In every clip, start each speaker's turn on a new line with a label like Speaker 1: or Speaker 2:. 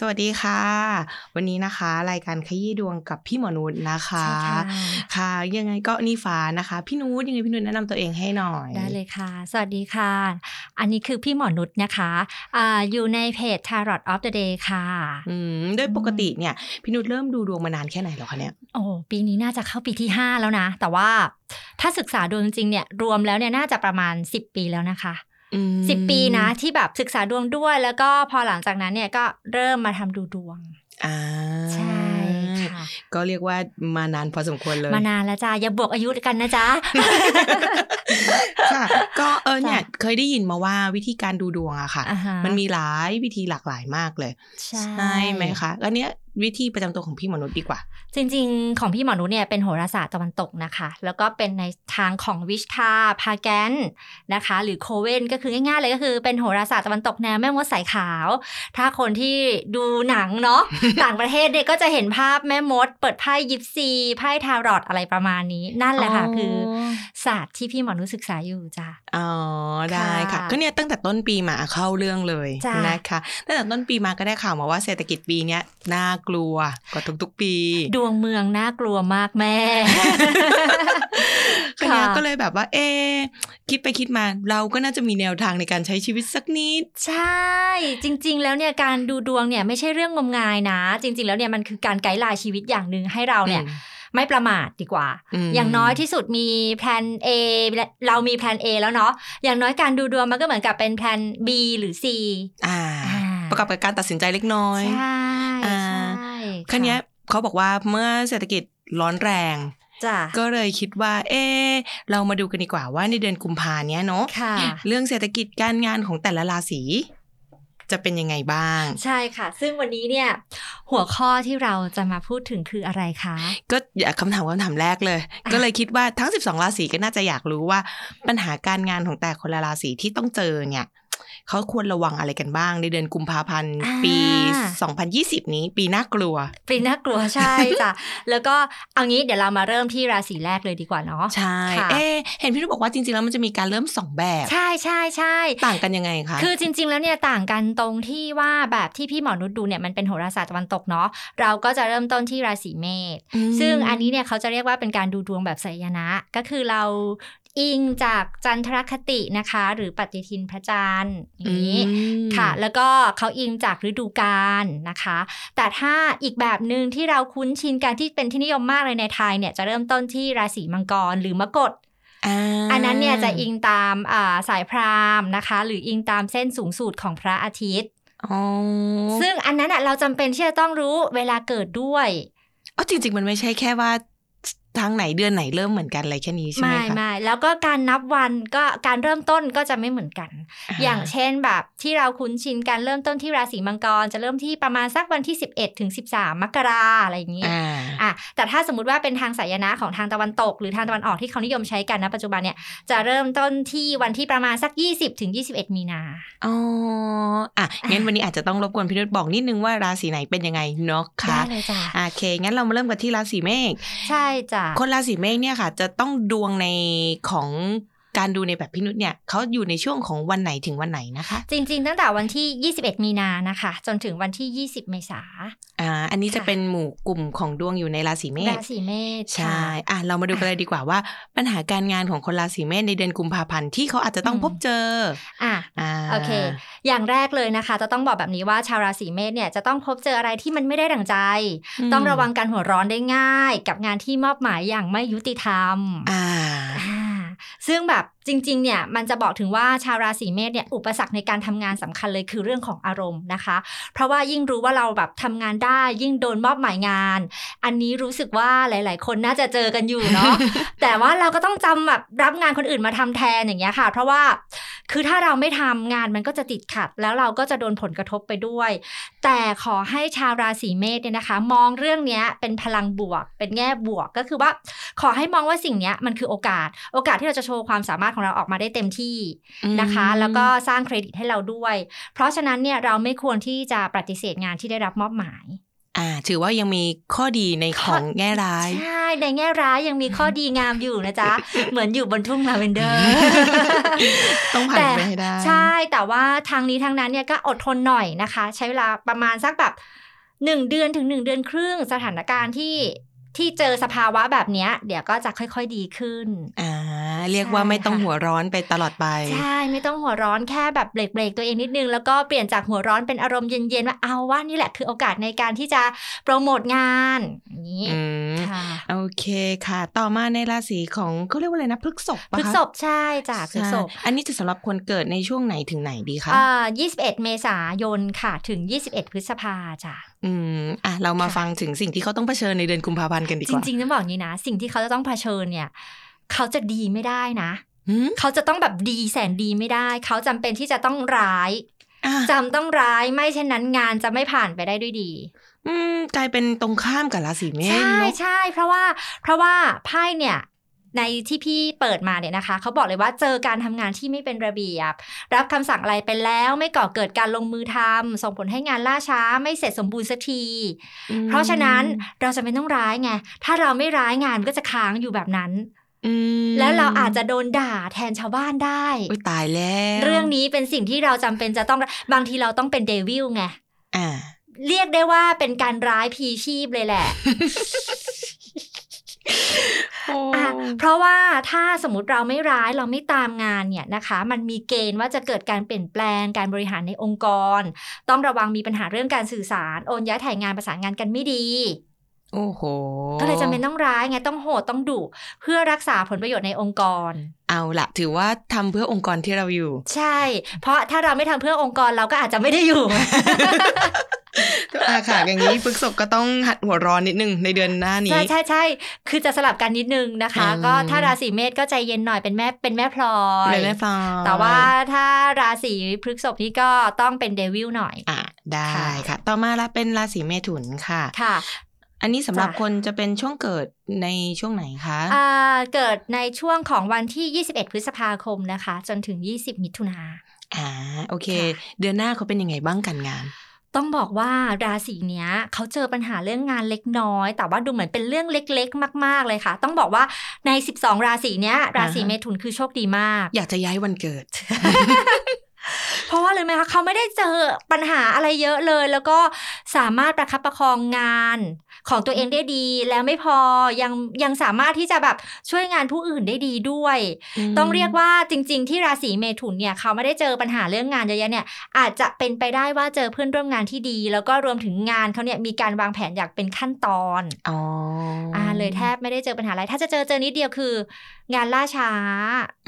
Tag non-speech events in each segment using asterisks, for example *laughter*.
Speaker 1: สวัสดีค่ะ วันนี้นะคะ รายการขยี้ดวงกับพี่หมอนุชนะคะ
Speaker 2: ใช่ค่ะ
Speaker 1: ค่ะ ยังไงก็นี่ฟ้านะคะ พี่นุชยังไงพี่นุชแนะนำตัวเองให้หน่อย
Speaker 2: ได้เลยค่ะ สวัสดีค่ะ อันนี้คือพี่หมอนุชนะคะอาอยู่ในเพจ Tarot of the Day ค่ะ
Speaker 1: อืมโดยปกติเนี่ย พี่นุชเริ่มดูดวงมานานแค่ไหนแล้วคะเนี่ย
Speaker 2: โอ้ปีนี้น่าจะเข้าปีที่ 5 แล้วนะ แต่ว่าถ้าศึกษาดวงจริงๆเนี่ยรวมแล้วเนี่ยน่าจะประมาณ 10 ปีแล้วนะคะ
Speaker 1: อืม
Speaker 2: 10 ปีนะที่แบบศึกษาดวงด้วย แล้วก็พอหลังจากนั้นเนี่ยก็เริ่มมาทำดูดวง
Speaker 1: อ่า
Speaker 2: ใช่ค่ะ
Speaker 1: ก็เรียกว่ามานานพอสมควรเลย
Speaker 2: มานานแล้วจ้าอย่าบวกอายุกันนะจ๊ะ
Speaker 1: ค่ะ ก็เออเนี่ย
Speaker 2: จ้ะ
Speaker 1: เคยได้ยินมาว่าวิธีการดูดวงอะค่ะ
Speaker 2: *laughs* อ่าฮะ
Speaker 1: มันมีหลายวิธีหลากหลายมากเลย
Speaker 2: ใช่
Speaker 1: ไหมคะอันเนี้ยวิธีประจำตัวของพี่หมอนุษย์ดีกว่า
Speaker 2: จริงๆ ของพี่หมอนุชเนี่ยเป็นโหราศาสตร์ตะวันตกนะคะ แล้วก็เป็นในทางของวิชทาพาแกนนะคะ หรือโคเวนก็คือง่ายๆเลยก็คือเป็นโหราศาสตร์ตะวันตกแนวแม่มดสายขาว ถ้าคนที่ดูหนังเนาะ *laughs* ต่างประเทศเนี่ยก็จะเห็นภาพแม่มด เปิดไพ่ยิปซีไพ่ทารอตอะไรประมาณนี้ นั่นแหละค่ะ คือศาสตร์ที่พี่หมอนุชศึกษาอยู่จ้ะ
Speaker 1: อ๋อได้ค่ะ
Speaker 2: ค่ะ
Speaker 1: ก็เนี่ยตั้งแต่ต้นปีมาเข้าเรื่องเลย
Speaker 2: จ้ะ
Speaker 1: นะคะตั้งแต่ต้นปีมาก็ได้ข่าวมาว่าเศรษฐกิจปีเนี้ยน่ากลัวกว่าทุกๆปี
Speaker 2: ดวงเมืองน่ากลัวมากแม่
Speaker 1: ก็เนี้ยก็เลยแบบว่า เอ๊ะคิดไปคิดมาเราก็น่าจะมีแนวทางในการใช้ชีวิตสักนิด
Speaker 2: ใช่ จริง ๆ แล้วเนี่ยการดูดวงเนี่ยไม่ใช่เรื่องงมงายนะ จริง ๆ แล้วเนี่ยมันคือการไกด์ไลน์ชีวิตอย่างหนึ่งให้เราเนี่ยไม่ประมาทดีกว่า
Speaker 1: อืม
Speaker 2: อย่างน้อยที่สุดมีแพลน A และเรามีแพลน A แล้วเนาะอย่างน้อยการดูดวงมันก็เหมือนกับเป็นแพลน B หรือ C
Speaker 1: อ่า
Speaker 2: อ่า
Speaker 1: ประกอบกับการตัดสินใจเล็กน้อย
Speaker 2: ใช่
Speaker 1: อ่า
Speaker 2: ใช่
Speaker 1: คันเนี้ยเขาบอกว่าเมื่อเศรษฐกิจร้อนแรง
Speaker 2: จ้ะ
Speaker 1: ก็เลยคิดว่า เอ๊ะเรามาดูกันดีกว่าว่าในเดือนกุมภาเนี้ยเนาะ
Speaker 2: ค่ะ
Speaker 1: เรื่องเศรษฐกิจการงานของแต่ละราศีจะเป็นยังไงบ้าง
Speaker 2: ใช่ค่ะ ซึ่งวันนี้เนี่ยหัวข้อที่เราจะมาพูดถึงคืออะไรคะ
Speaker 1: *laughs* ก็อย่าคำถามคำถามแรกเลย
Speaker 2: อ่ะ
Speaker 1: ก็เลยคิดว่าทั้ง 12 ราศีก็น่าจะอยากรู้ว่า ปัญหาการงานของแต่คนละราศีที่ต้องเจอเนี่ยเขาควรระวังอะไรกันบ้าง ในเดือนกุมภาพันธ์ปี 2020 นี้ปีน่ากลัว
Speaker 2: ปีน่ากลัวใช่จ้ะ แล้วก็เอางี้เดี๋ยวเรามาเริ่มที่ราศีแรกเลยดีกว่าเนาะ
Speaker 1: ใช่
Speaker 2: ค่ะ
Speaker 1: เอ๊ะเห็นพี่นุชบอกว่าจริงๆแล้วมันจะมีการเริ่มสองแบบ
Speaker 2: ใช่ใช่ใช่
Speaker 1: ต่างกันยังไงคะ
Speaker 2: คือจริง ๆ แล้วเนี่ยต่างกันตรงที่ว่าแบบที่พี่หมอนุชดูเนี่ยมันเป็นโหราศาสตร์ตะวันตกเนาะเราก็จะเริ่มต้นที่ราศีเมษซึ่งอันนี้เนี่ยเขาจะเรียกว่าเป็นการดูดวงแบบไสยนะ ก็คือเราอิงจากจันทรคตินะคะ หรือปฏิทินพระจันทร์อย่างนี้ ค่ะ แล้วก็เขาอิงจากฤดูกาลนะคะ แต่ถ้าอีกแบบหนึ่งที่เราคุ้นชินกันที่เป็นที่นิยมมากเลยในไทยเนี่ยจะเริ่มต้นที่ราศีมังกรหรือมกต อันนั้นเนี่ยจะอิงตามอ่าสายพราหมณ์นะคะ หรืออิงตามเส้นสูงสุดของพระอาทิตย์
Speaker 1: อ๋อ
Speaker 2: ซึ่งอันนั้นอ่ะเราจำเป็นที่จะต้องรู้เวลาเกิดด้วย
Speaker 1: อ๋อจริง ๆ มันไม่ใช่แค่ว่าทางไหนเดือนไหนเริ่มเหมือนกันอะไรแค่นี้ใช่ไหม
Speaker 2: ไม่
Speaker 1: คะ
Speaker 2: ไม่แล้วก็การนับวันก็การเริ่มต้นก็จะไม่เหมือนกัน อย่างเช่นแบบที่เราคุ้นชินการเริ่มต้นที่ราศีมังกร จะเริ่มที่ประมาณสักวันที่ 11ถึง13 มกราอะไรอย่างนี้
Speaker 1: อ่า
Speaker 2: อ่ะแต่ถ้าสมมติว่าเป็นทางสายนะของทางตะวันตก หรือทางตะวันออกที่เขานิยมใช้กันนะปัจจุบันเนี่ยจะเริ่มต้นที่วันที่ประมาณสัก 20ถึง21 มีนา
Speaker 1: อ๋ออ่ะงั้นวันนี้อาจจะต้องรบกวนพี่นุชบอกนิดนึงว่าราศีไหนเป็นยังไงเนาะ
Speaker 2: ได้
Speaker 1: คะ
Speaker 2: เลยจ้ะ
Speaker 1: อ่ะโอเค งั้นเรามาเริ่มกันที่ราศีเมฆ
Speaker 2: ใช่จ้ะ
Speaker 1: คนราศีเมฆเนี่ยค่ะ จะต้องดวงในของการดูในแบบพี่นุชเนี่ยเขาอยู่ในช่วงของวันไหนถึงวันไหนนะคะ
Speaker 2: จริงๆ ตั้งแต่วันที่ 21 มีนานะคะ จนถึงวันที่ 20 เมษา
Speaker 1: อ่า อันนี้จะเป็นหมู่กลุ่มของดวงอยู่ในราศีเม
Speaker 2: รา
Speaker 1: ษ
Speaker 2: ศีเมษ
Speaker 1: ใช่
Speaker 2: ค่ะ
Speaker 1: อ่ะ เรามาดูกันเลยดีกว่าว่า ปัญหาการงานของคนราศีเมษในเดือนกุมภาพันธ์ที่เขาอาจจะต้อง
Speaker 2: อืม
Speaker 1: พบเจอ
Speaker 2: อ่ะ
Speaker 1: อ่า
Speaker 2: โอเค อย่างแรกเลยนะคะ จะต้องบอกแบบนี้ว่าชาวราศีเมษเนี่ยจะต้องพบเจออะไรที่มันไม่ได้ดั่งใจ
Speaker 1: ม
Speaker 2: ต้องระวังการหัวร้อนได้ง่าย กับงานที่มอบหมายอย่างไม่ยุติธรรม
Speaker 1: อ่า
Speaker 2: อ่าซึ่งแบบจริงๆ เนี่ยมันจะบอกถึงว่าชาวราศีเมษเนี่ยอุปสรรคในการทำงานสำคัญเลยคือเรื่องของอารมณ์นะคะ เพราะว่ายิ่งรู้ว่าเราแบบทำงานได้ ยิ่งโดนมอบหมายงาน อันนี้รู้สึกว่าหลาย ๆ คนน่าจะเจอกันอยู่ *laughs* เนาะ แต่ว่าเราก็ต้องจำแบบรับงานคนอื่นมาทำแทนอย่างเงี้ยค่ะ เพราะว่าคือถ้าเราไม่ทำงานมันก็จะติดขัด แล้วเราก็จะโดนผลกระทบไปด้วย แต่ขอให้ชาวราศีเมษเนี่ยนะคะ มองเรื่องเนี้ยเป็นพลังบวก เป็นแง่บวกก็คือว่า ขอให้มองว่าสิ่งเนี้ยมันคือโอกาส โอกาสที่เราจะโชว์ความสามารถของเราออกมาได้เต็มที่ นะคะแล้วก็สร้างเครดิตให้เราด้วย เพราะฉะนั้นเนี่ยเราไม่ควรที่จะปฏิเสธงานที่ได้รับมอบหมาย
Speaker 1: อ่า ถือว่ายังมีข้อดีในของแง่ร้าย
Speaker 2: ใช่ในแง่ร้ายยังมีข้อดีงามอยู่นะ
Speaker 1: *laughs*
Speaker 2: จ๊ะ เหมือนอยู่บนทุ่งลาเวนเดอร์
Speaker 1: ต้องผ่านไปให้ได้
Speaker 2: ใช่แต่ว่าทางนี้ทางนั้นเนี่ยก็อดทนหน่อยนะคะ ใช้เวลาประมาณสักแบบหนึ่งเดือนถึงหนึ่งเดือนครึ่งสถานการณ์ที่ที่เจอสภาวะแบบเนี้ย เดี๋ยวก็จะค่อยๆดีขึ้น
Speaker 1: อ่า เรียกว่าไม่ต้องหัวร้อนไปตลอดไป
Speaker 2: ใช่ไม่ต้องหัวร้อนแค่แบบเบรกเบรกตัวเองนิดนึง แล้วก็เปลี่ยนจากหัวร้อนเป็นอารมณ์เย็นๆว่าเอาว่านี่แหละคือโอกาสในการที่จะโปรโมทงานอย่างนี้
Speaker 1: อืม
Speaker 2: ค่ะ
Speaker 1: โอเคค่ะ ต่อมาในราศีของเขาเรียกว่าอะไรนะพฤกษบปะคะ
Speaker 2: พฤกษบใช่จ้ะพฤกษบ
Speaker 1: ใช่อันนี้จะสำหรับคนเกิดในช่วงไหนถึงไหนดีคะ
Speaker 2: อ่า21 เมษายนค่ะ ถึง 21 พฤษภาจ้ะ
Speaker 1: อืม อ่ะ เรามา
Speaker 2: ค่ะ
Speaker 1: ฟังถึงสิ่งที่เขาต้องเผชิญในเดือนกุมภาพันธ์กันดีก
Speaker 2: จ
Speaker 1: ว่า
Speaker 2: ริงๆต้องบอกอย่างนี้นะ สิ่งที่เขาจะต้องเผชิญเนี่ย เขาจะดีไม่ได้นะ
Speaker 1: หืม
Speaker 2: เขาจะต้องแบบดีแสนดีไม่ได้ เขาจำเป็นที่จะต้องร้าย
Speaker 1: อ่ะ
Speaker 2: จำต้องร้ายไม่เช่นนั้นงานจะไม่ผ่านไปได้ด้วยดี
Speaker 1: อืม กลายเป็นตรงข้ามกับราศีเมษ
Speaker 2: ใช่
Speaker 1: เนอะ
Speaker 2: ใช่เพราะว่าเพราะว่าไพ่เนี่ยในที่พี่เปิดมาเนี่ยนะคะ เขาบอกเลยว่าเจอการทำงานที่ไม่เป็นระเบียบ รับคำสั่งอะไรไปแล้วไม่ก่อเกิดการลงมือทำส่งผลให้งานล่าช้าไม่เสร็จสมบูรณ์สักที
Speaker 1: อืม
Speaker 2: เพราะฉะนั้นเราจะไม่ต้องร้ายไง ถ้าเราไม่ร้ายงานก็จะค้างอยู่แบบนั้น
Speaker 1: อืม
Speaker 2: แล้วเราอาจจะโดนด่าแทนชาวบ้านได้
Speaker 1: อุ๊ยตายแล้ว
Speaker 2: เรื่องนี้เป็นสิ่งที่เราจำเป็นจะต้องบางทีเราต้องเป็นเดวิลไง
Speaker 1: อ่า
Speaker 2: เรียกได้ว่าเป็นการร้ายพีชีพเลยแหละ อ่ะเพราะว่าถ้าสมมติเราไม่ร้ายเราไม่ตามงานเนี่ยนะคะ มันมีเกณฑ์ว่าจะเกิดการเปลี่ยนแปลงการบริหารในองค์กร ต้องระวังมีปัญหาเรื่องการสื่อสารโอนย้ายถ่ายงานประสานงานกันไม่ดี
Speaker 1: โอ้โห
Speaker 2: ก็เลยจำเป็นต้องร้ายไงต้องโหดต้องดุเพื่อรักษาผลประโยชน์ในองค์กร
Speaker 1: เอาละถือว่าทำเพื่อองค์กรที่เรา
Speaker 2: *laughs*
Speaker 1: อยู่
Speaker 2: ใช่ เพราะถ้าเราไม่ทำเพื่อองค์กรเราก็อาจจะไม่ได้อยู่
Speaker 1: อาค่ะอย่างนี้พฤกษบก็ต้องหัดหัวร้อนนิดนึงในเดือน *laughs* หน้านี้
Speaker 2: ใช่ใช่ใช่คือจะสลับกันนิดนึงนะคะ
Speaker 1: อืม
Speaker 2: ก็ถ้าราศีเมษก็ใจเย็นหน่อยเป็นแม่เป็นแม่พลอย
Speaker 1: เดือนแม่ฟ้า
Speaker 2: แต่ว่าถ้าราศีพฤษภนี่ก็ต้องเป็นเดวิลหน่อย
Speaker 1: อ่ะได้
Speaker 2: ค่ะ
Speaker 1: ค่ะ ต่อมาละเป็นราศีเมถุนค่ะ
Speaker 2: ค่ะ
Speaker 1: อันนี้สำหรับ
Speaker 2: จ้ะ
Speaker 1: คนจะเป็นช่วงเกิดในช่วงไหนคะ
Speaker 2: อ่าเกิดในช่วงของวันที่ 21 พฤษภาคมนะคะ จนถึง 20 มิถุนา
Speaker 1: อ่าโอเค
Speaker 2: ค่ะ
Speaker 1: เดือนหน้าเขาเป็นยังไงบ้างกันงาน
Speaker 2: ต้องบอกว่าราศีเนี้ยเขาเจอปัญหาเรื่องงานเล็กน้อย แต่ว่าดูเหมือนเป็นเรื่องเล็กๆ มาก ๆ เลยค่ะ ต้องบอกว่าใน 12 ราศีเนี้ย ราศี
Speaker 1: อ่าฮะ
Speaker 2: เมถุนคือโชคดีมาก
Speaker 1: อยากจะย้ายวันเกิด
Speaker 2: เพราะว่าเลยไหมคะเขาไม่ได้เจอปัญหาอะไรเยอะเลย แล้วก็สามารถประคับประคองงานของตัวเองได้ดี แล้วไม่พอยังยังสามารถที่จะแบบช่วยงานผู้อื่นได้ดีด้วย *laughs* ต้องเรียกว่าจริง ๆ ที่ราศีเมถุนเนี่ยเขาไม่ได้เจอปัญหาเรื่องงานเยอะแยะเนี่ยอาจจะเป็นไปได้ว่าเจอเพื่อนร่วมงานที่ดี แล้วก็รวมถึงงานเขาเนี่ยมีการวางแผนอย่างเป็นขั้นตอน
Speaker 1: อ๋ออ่
Speaker 2: าเลยแทบไม่ได้เจอปัญหาอะไร ถ้าจะเจอเจอนิดเดียวคือ งานล่าช้า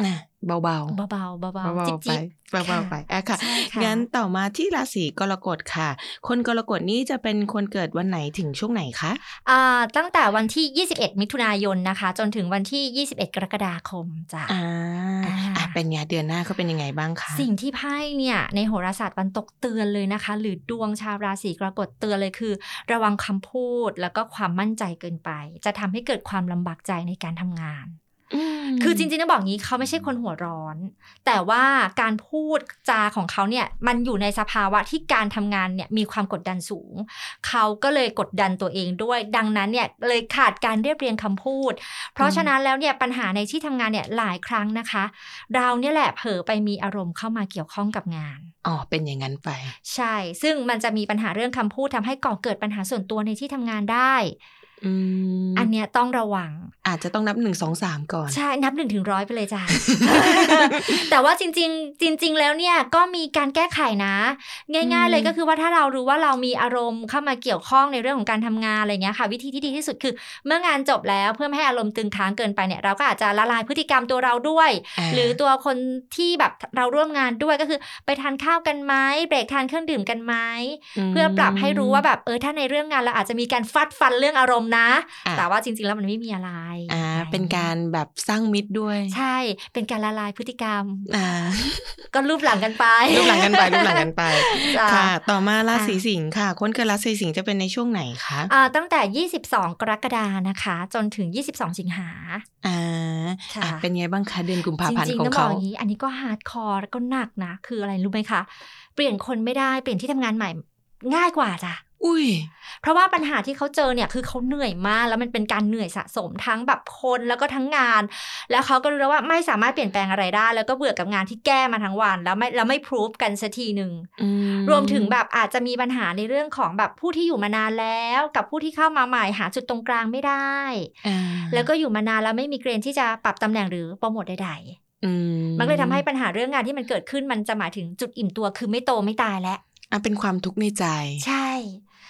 Speaker 1: น่ะเบาๆเบา
Speaker 2: เบาๆเบาๆ
Speaker 1: ๆ
Speaker 2: จิ๊บ
Speaker 1: ไป
Speaker 2: จิ๊บ
Speaker 1: เบาๆไปอ่ะค่ะ
Speaker 2: ใช่ค่ะ
Speaker 1: งั้นต่อมาที่ราศีกรกฎค่ะ คนกรกฎนี่จะเป็นคนเกิดวันไหนถึงช่วงไหนคะ
Speaker 2: อ่าตั้งแต่วันที่ 21 มิถุนายนนะคะ จนถึงวันที่ 21 กรกฎาคมจ้ะ
Speaker 1: อ่า
Speaker 2: อ่า
Speaker 1: อ่ะเป็นไงเดือนหน้าเขาเป็นยังไงบ้างคะ
Speaker 2: สิ่งที่ไพ่เนี่ยในโหราศาสตร์วันตกเตือนเลยนะคะ หรือดวงชาวราศีกรกฎเตือนเลยคือ ระวังคำพูดแล้วก็ความมั่นใจเกินไป จะทำให้เกิดความลำบากใจในการทำงาน
Speaker 1: ม
Speaker 2: คือจริงๆต้องบอกงี้เขาไม่ใช่คนหัวร้อน แต่ว่าการพูดจาของเขาเนี่ยมันอยู่ในสภาวะที่การทำงานเนี่ยมีความกดดันสูง เขาก็เลยกดดันตัวเองด้วย ดังนั้นเนี่ยเลยขาดการเรียบเรียงคำพูด เพราะฉะนั้นแล้วเนี่ยปัญหาในที่ทำงานเนี่ยหลายครั้งนะคะ เราเนี่ยแหละเผลอไปมีอารมณ์เข้ามาเกี่ยวข้องกับงาน
Speaker 1: อ๋อเป็นอย่างนั้นไป
Speaker 2: ใช่ ซึ่งมันจะมีปัญหาเรื่องคำพูดทำให้ก่อเกิดปัญหาส่วนตัวในที่ทำงานได้
Speaker 1: อืม
Speaker 2: อันเนี้ยต้องระวัง
Speaker 1: อาจจะต้องนับหนึ่งสองสามก่อน
Speaker 2: ใช่ นับหนึ่งถึงร้อยไปเลยจ้ะ *laughs* แต่ว่าจริง ๆ จริง ๆ แล้วเนี่ยก็มีการแก้ไขนะ ง่าย
Speaker 1: อืม
Speaker 2: ๆเลยก็คือว่าถ้าเรารู้ว่าเรามีอารมณ์เข้ามาเกี่ยวข้องในเรื่องของการทำงานอะไรเงี้ยค่ะ วิธีที่ดีที่สุดคือ เมื่องานจบแล้วเพื่อไม่ให้อารมณ์ตึงค้างเกินไปเนี่ยเราก็อาจจะละลายพฤติกรรมตัวเราด้วย หรือตัวคนที่แบบเราร่วมงานด้วยก็คือ ไปทานข้าวกันไหมเบรกทานเครื่องดื่มกันไหม
Speaker 1: ม
Speaker 2: เพื่อปรับให้รู้ว่าแบบเออถ้าในเรื่องงานเราอาจจะมีการฟัดฟันเรื่องอารมณ์นะ
Speaker 1: อ่ะ
Speaker 2: แต่ว่าจริง ๆ แล้วมันไม่มีอะไร
Speaker 1: อ่า
Speaker 2: อะไร
Speaker 1: เป็นการแบบสร้างมิตรด้วย
Speaker 2: ใช่ เป็นการละลายพฤติกรรม
Speaker 1: อ่า
Speaker 2: ก็รูปหลังกันไป
Speaker 1: รูปหลังกันไปรูปหลังกันไป
Speaker 2: จ้ะ
Speaker 1: ค่ะ ต่อมาราศี
Speaker 2: อ่ะ
Speaker 1: สิงค์ค่ะ คนเกิดราศีสิงค์จะเป็นในช่วงไหนคะ
Speaker 2: อ่าตั้งแต่ 22 กรกฎานะคะ จนถึง 22 สิงหา
Speaker 1: อ่า
Speaker 2: ค่ะ
Speaker 1: อ่ะเป็นไงบ้างคะเดือนกุมภา
Speaker 2: จ
Speaker 1: พันธ์
Speaker 2: ริง
Speaker 1: ข
Speaker 2: ๆ
Speaker 1: อ
Speaker 2: ต้อง งบอ
Speaker 1: เขา
Speaker 2: กอย่างนี้ อันนี้ก็ฮาร์ดคอร์แล้วก็หนักนะ คืออะไรรู้ไหมคะ เปลี่ยนคนไม่ได้ เปลี่ยนที่ทำงานใหม่ง่ายกว่าจ้ะ
Speaker 1: อุ้ย
Speaker 2: เพราะว่าปัญหาที่เขาเจอเนี่ยคือเขาเหนื่อยมาก แล้วมันเป็นการเหนื่อยสะสมทั้งแบบคนแล้วก็ทั้งงาน แล้วเขาก็รู้แล้วว่าไม่สามารถเปลี่ยนแปลงอะไรได้ แล้วก็เบื่อกับงานที่แก้มาทั้งวัน แล้วไม่แล้วไม่พรูฟกันสักทีหนึ่ง
Speaker 1: อื
Speaker 2: รวมถึงแบบอาจจะมีปัญหาในเรื่องของแบบผู้ที่อยู่มานานแล้ว กับผู้ที่เข้ามาใหม่หาจุดตรงกลางไม่ได้
Speaker 1: อ่า
Speaker 2: แล้วก็อยู่มานานแล้วไม่มีเกรนที่จะปรับตำแหน่งหรือโปรโมทใด
Speaker 1: อื
Speaker 2: ๆ มันก็เลยทำให้ปัญหาเรื่องงานที่มันเกิดขึ้นมันจะหมายถึงจุดอิ่มตัวคือไม่โตไม่ตายแล้ว
Speaker 1: อ่ะเป็นความทุกข์ในใจ
Speaker 2: ใช่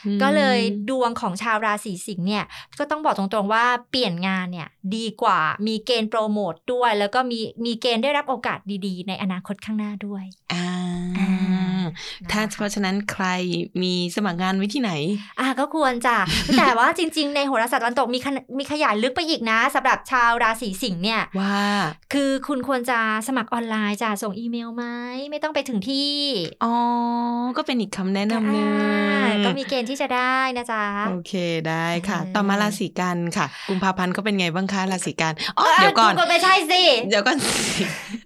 Speaker 1: อืม
Speaker 2: ก็เลยดวงของชาวราศีสิงห์เนี่ยก็ต้องบอกตรงๆว่าเปลี่ยนงานเนี่ยดีกว่ามีเกณฑ์โปรโมทด้วย แล้วก็มีมีเกณฑ์ได้รับโอกาสดีๆ ในอนาคตข้างหน้าด้วย
Speaker 1: อ่า
Speaker 2: อ่า
Speaker 1: ถ้า
Speaker 2: นะคะ
Speaker 1: เพราะฉะนั้นใครมีสมัครงานไว้ที่ไหน
Speaker 2: อ่ะก็ควรจ้ะ แต่ว่าจริง ๆ ในโหราศาสตร์ตะวันตกมีขนามีขยายลึกไปอีกนะสำหรับชาวราศีสิงห์เนี่ย
Speaker 1: ว่า
Speaker 2: คือคุณควรจะสมัครออนไลน์จ้ะส่งอีเมลไหมไม่ต้องไปถึงที่
Speaker 1: อ๋อ ก็เป็นอีกคำแนะนำหนึง
Speaker 2: อ่าก็มีเกณฑ์ที่จะได้นะจ๊ะ
Speaker 1: โอเคได้ค่ะ
Speaker 2: เออ
Speaker 1: ต่อมาราศีกันค่ะ กุมภาพันธ์ก็เป็นไงบ้างคะราศีกันอ๋อเดี๋ยวก่อน
Speaker 2: เไม่ใช่สิ
Speaker 1: เดี๋ยวก่อนสิ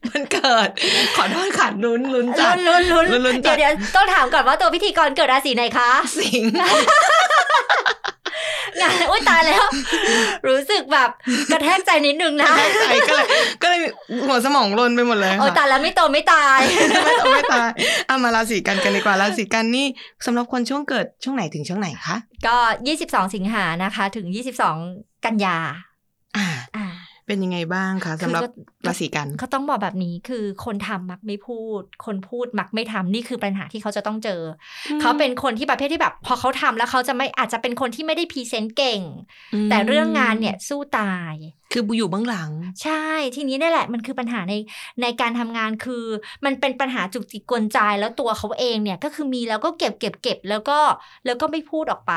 Speaker 1: มันเกิด ขอโทษค่ะลุ้นลุ้นจั
Speaker 2: ลุ้
Speaker 1: ด
Speaker 2: นลุ้นลุ้น
Speaker 1: ลุ้นๆจั
Speaker 2: เดี๋ย
Speaker 1: ด
Speaker 2: วเดี๋ยวต้องถามก่อนว่าตัวพิธีกรเกิดราศีไหนคะ
Speaker 1: *laughs* สิงห์
Speaker 2: งานอุ้ยตายแล้ว รู้สึกแบบกระแทกใจนิดนึงนะ
Speaker 1: ใช่ก็เลยก็เลยหัวสมองรนไปหมดเลย
Speaker 2: โอ้ย
Speaker 1: ค่ะ
Speaker 2: ตายแล้วไม่โตไม่ตาย
Speaker 1: ไม่ตายไม่ตายเอามาราศีกันกันดีกว่าราศีกันนี่สำหรับคนช่วงเกิดช่วงไหนถึงช่วงไหนคะ
Speaker 2: ก็ 22 สิงหานะคะ ถึง 22 กันยา
Speaker 1: อ่า
Speaker 2: อ่า
Speaker 1: เป็นยังไงบ้างคะสำหรับ
Speaker 2: คือก็
Speaker 1: ราศีกัน
Speaker 2: เขาต้องบอกแบบนี้คือคนทำมักไม่พูด คนพูดมักไม่ทำนี่คือปัญหาที่เขาจะต้องเจออเขาเป็นคนที่ประเภทที่แบบ พอเขาทำแล้วเขาจะไม่อาจจะเป็นคนที่ไม่ได้พรีเซนต์เก่ง
Speaker 1: อืม
Speaker 2: แต่เรื่องงานเนี่ยสู้ตาย
Speaker 1: คืออยู่เบื้องหลัง
Speaker 2: ใช่ทีนี้นี่แหละมันคือปัญหาในในการทำงานคือ มันเป็นปัญหาจุกจิกกวนใจแล้วตัวเขาเองเนี่ยก็คือมีแล้วก็เก็บเก็บเก็บแล้วก็แล้วก็ไม่พูดออกไป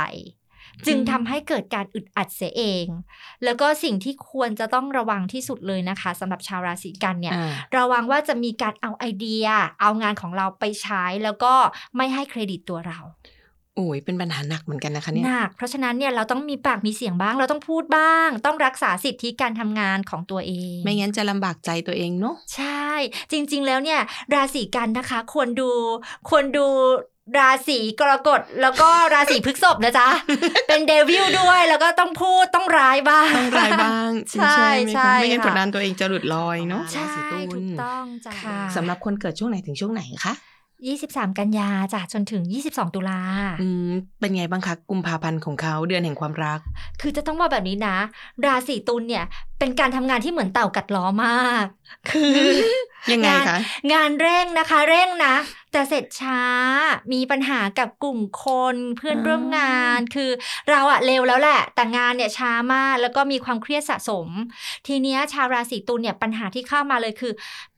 Speaker 2: จึง
Speaker 1: อืม
Speaker 2: ทำให้เกิดการอึดอัดเสียเอง แล้วก็สิ่งที่ควรจะต้องระวังที่สุดเลยนะคะสำหรับชาวราศีกันเนี่ย
Speaker 1: อ่า
Speaker 2: ระวังว่าจะมีการเอาไอเดีย เอางานของเราไปใช้ แล้วก็ไม่ให้เครดิตตัวเรา
Speaker 1: โอ้ยเป็นปัญหาหนักเหมือนกันนะคะเนี่ย
Speaker 2: หนักเพราะฉะนั้นเนี่ยเราต้องมีปากมีเสียงบ้าง เราต้องพูดบ้าง ต้องรักษาสิทธิการทำงานของตัวเอง
Speaker 1: ไม่งั้นจะลำบากใจตัวเองเนาะ
Speaker 2: ใช่ จริงๆแล้วเนี่ย ราศีกันนะคะ ควรดู ควรดูราศีกรกฎแล้วก็ราศีพฤษภนะ
Speaker 1: *laughs*
Speaker 2: จ๊ะ เป็นเดวิลด้วยแล้วก็ต้องพูดต้องร้ายบ้าง
Speaker 1: ต้องรายบ้าง
Speaker 2: ใช่
Speaker 1: ไหม
Speaker 2: ใช่
Speaker 1: คะไม่งั้น
Speaker 2: ค่ะ
Speaker 1: ผลงานตัวเองจะหลุดลอยเนาะ
Speaker 2: ใช่ถูกต้องจ้ะ
Speaker 1: สำหรับคนเกิดช่วงไหนถึงช่วงไหนคะ
Speaker 2: 23 กันยาจ้ะจนถึง 22 ตุลา
Speaker 1: อืมเป็นไงบ้างคะกุมภาพันธ์ของเขาเดือนแห่งความรัก
Speaker 2: คือจะต้องว่าแบบนี้นะ ราศีตุลเนี่ย เป็นการทำงานที่เหมือนเต่ากัดล้อมาก คือ
Speaker 1: ยังไงคะ
Speaker 2: งานเร่งนะคะเร่งนะ แต่เสร็จช้ามีปัญหากับกลุ่มคนเพื่อน
Speaker 1: อ่า
Speaker 2: ร่วมงาน คือเราอะเร็วแล้วแหละ แต่งานเนี่ยช้ามากแล้วก็มีความเครียดสะสม ทีเนี้ยชาวราศีตุลเนี่ยปัญหาที่เข้ามาเลยคือ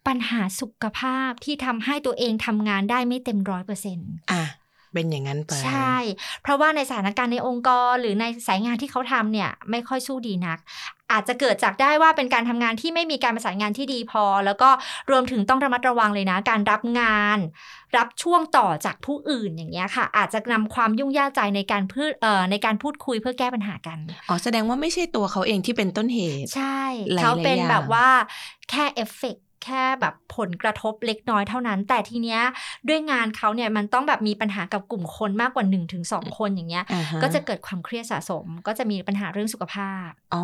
Speaker 2: ปัญหาสุขภาพที่ทำให้ตัวเองทำงานได้ไม่เต็มร้อยเปอร์เซ็นต์
Speaker 1: อ่ะเป็นอย่างนั้นไป
Speaker 2: ใช่ เพราะว่าในสถานการณ์ในองค์กรหรือในสายงานที่เขาทำเนี่ยไม่ค่อยสู้ดีนัก อาจจะเกิดจากได้ว่าเป็นการทำงานที่ไม่มีการประสานงานที่ดีพอ แล้วก็รวมถึงต้องระมัดระวังเลยนะ การรับงาน รับช่วงต่อจากผู้อื่นอย่างเงี้ยค่ะ อาจจะนำความยุ่งยากใจในการพูดเอ่อในการพูดคุยเพื่อแก้ปัญหากัน
Speaker 1: อ๋อแสดงว่าไม่ใช่ตัวเขาเองที่เป็นต้นเหตุ
Speaker 2: ใช่
Speaker 1: หลายๆ
Speaker 2: เขาเป็น
Speaker 1: อย่าง
Speaker 2: แบบว่าแค่เอฟเฟกต์แค่แบบผลกระทบเล็กน้อยเท่านั้น แต่ทีเนี้ยด้วยงานเขาเนี่ยมันต้องแบบมีปัญหากับกลุ่มคนมากกว่า1นถึงสองคนอย่างเงี้ย
Speaker 1: าฮ
Speaker 2: ก็จะเกิดความเครียดสะสม ก็จะมีปัญหาเรื่องสุขภาพ
Speaker 1: อ๋อ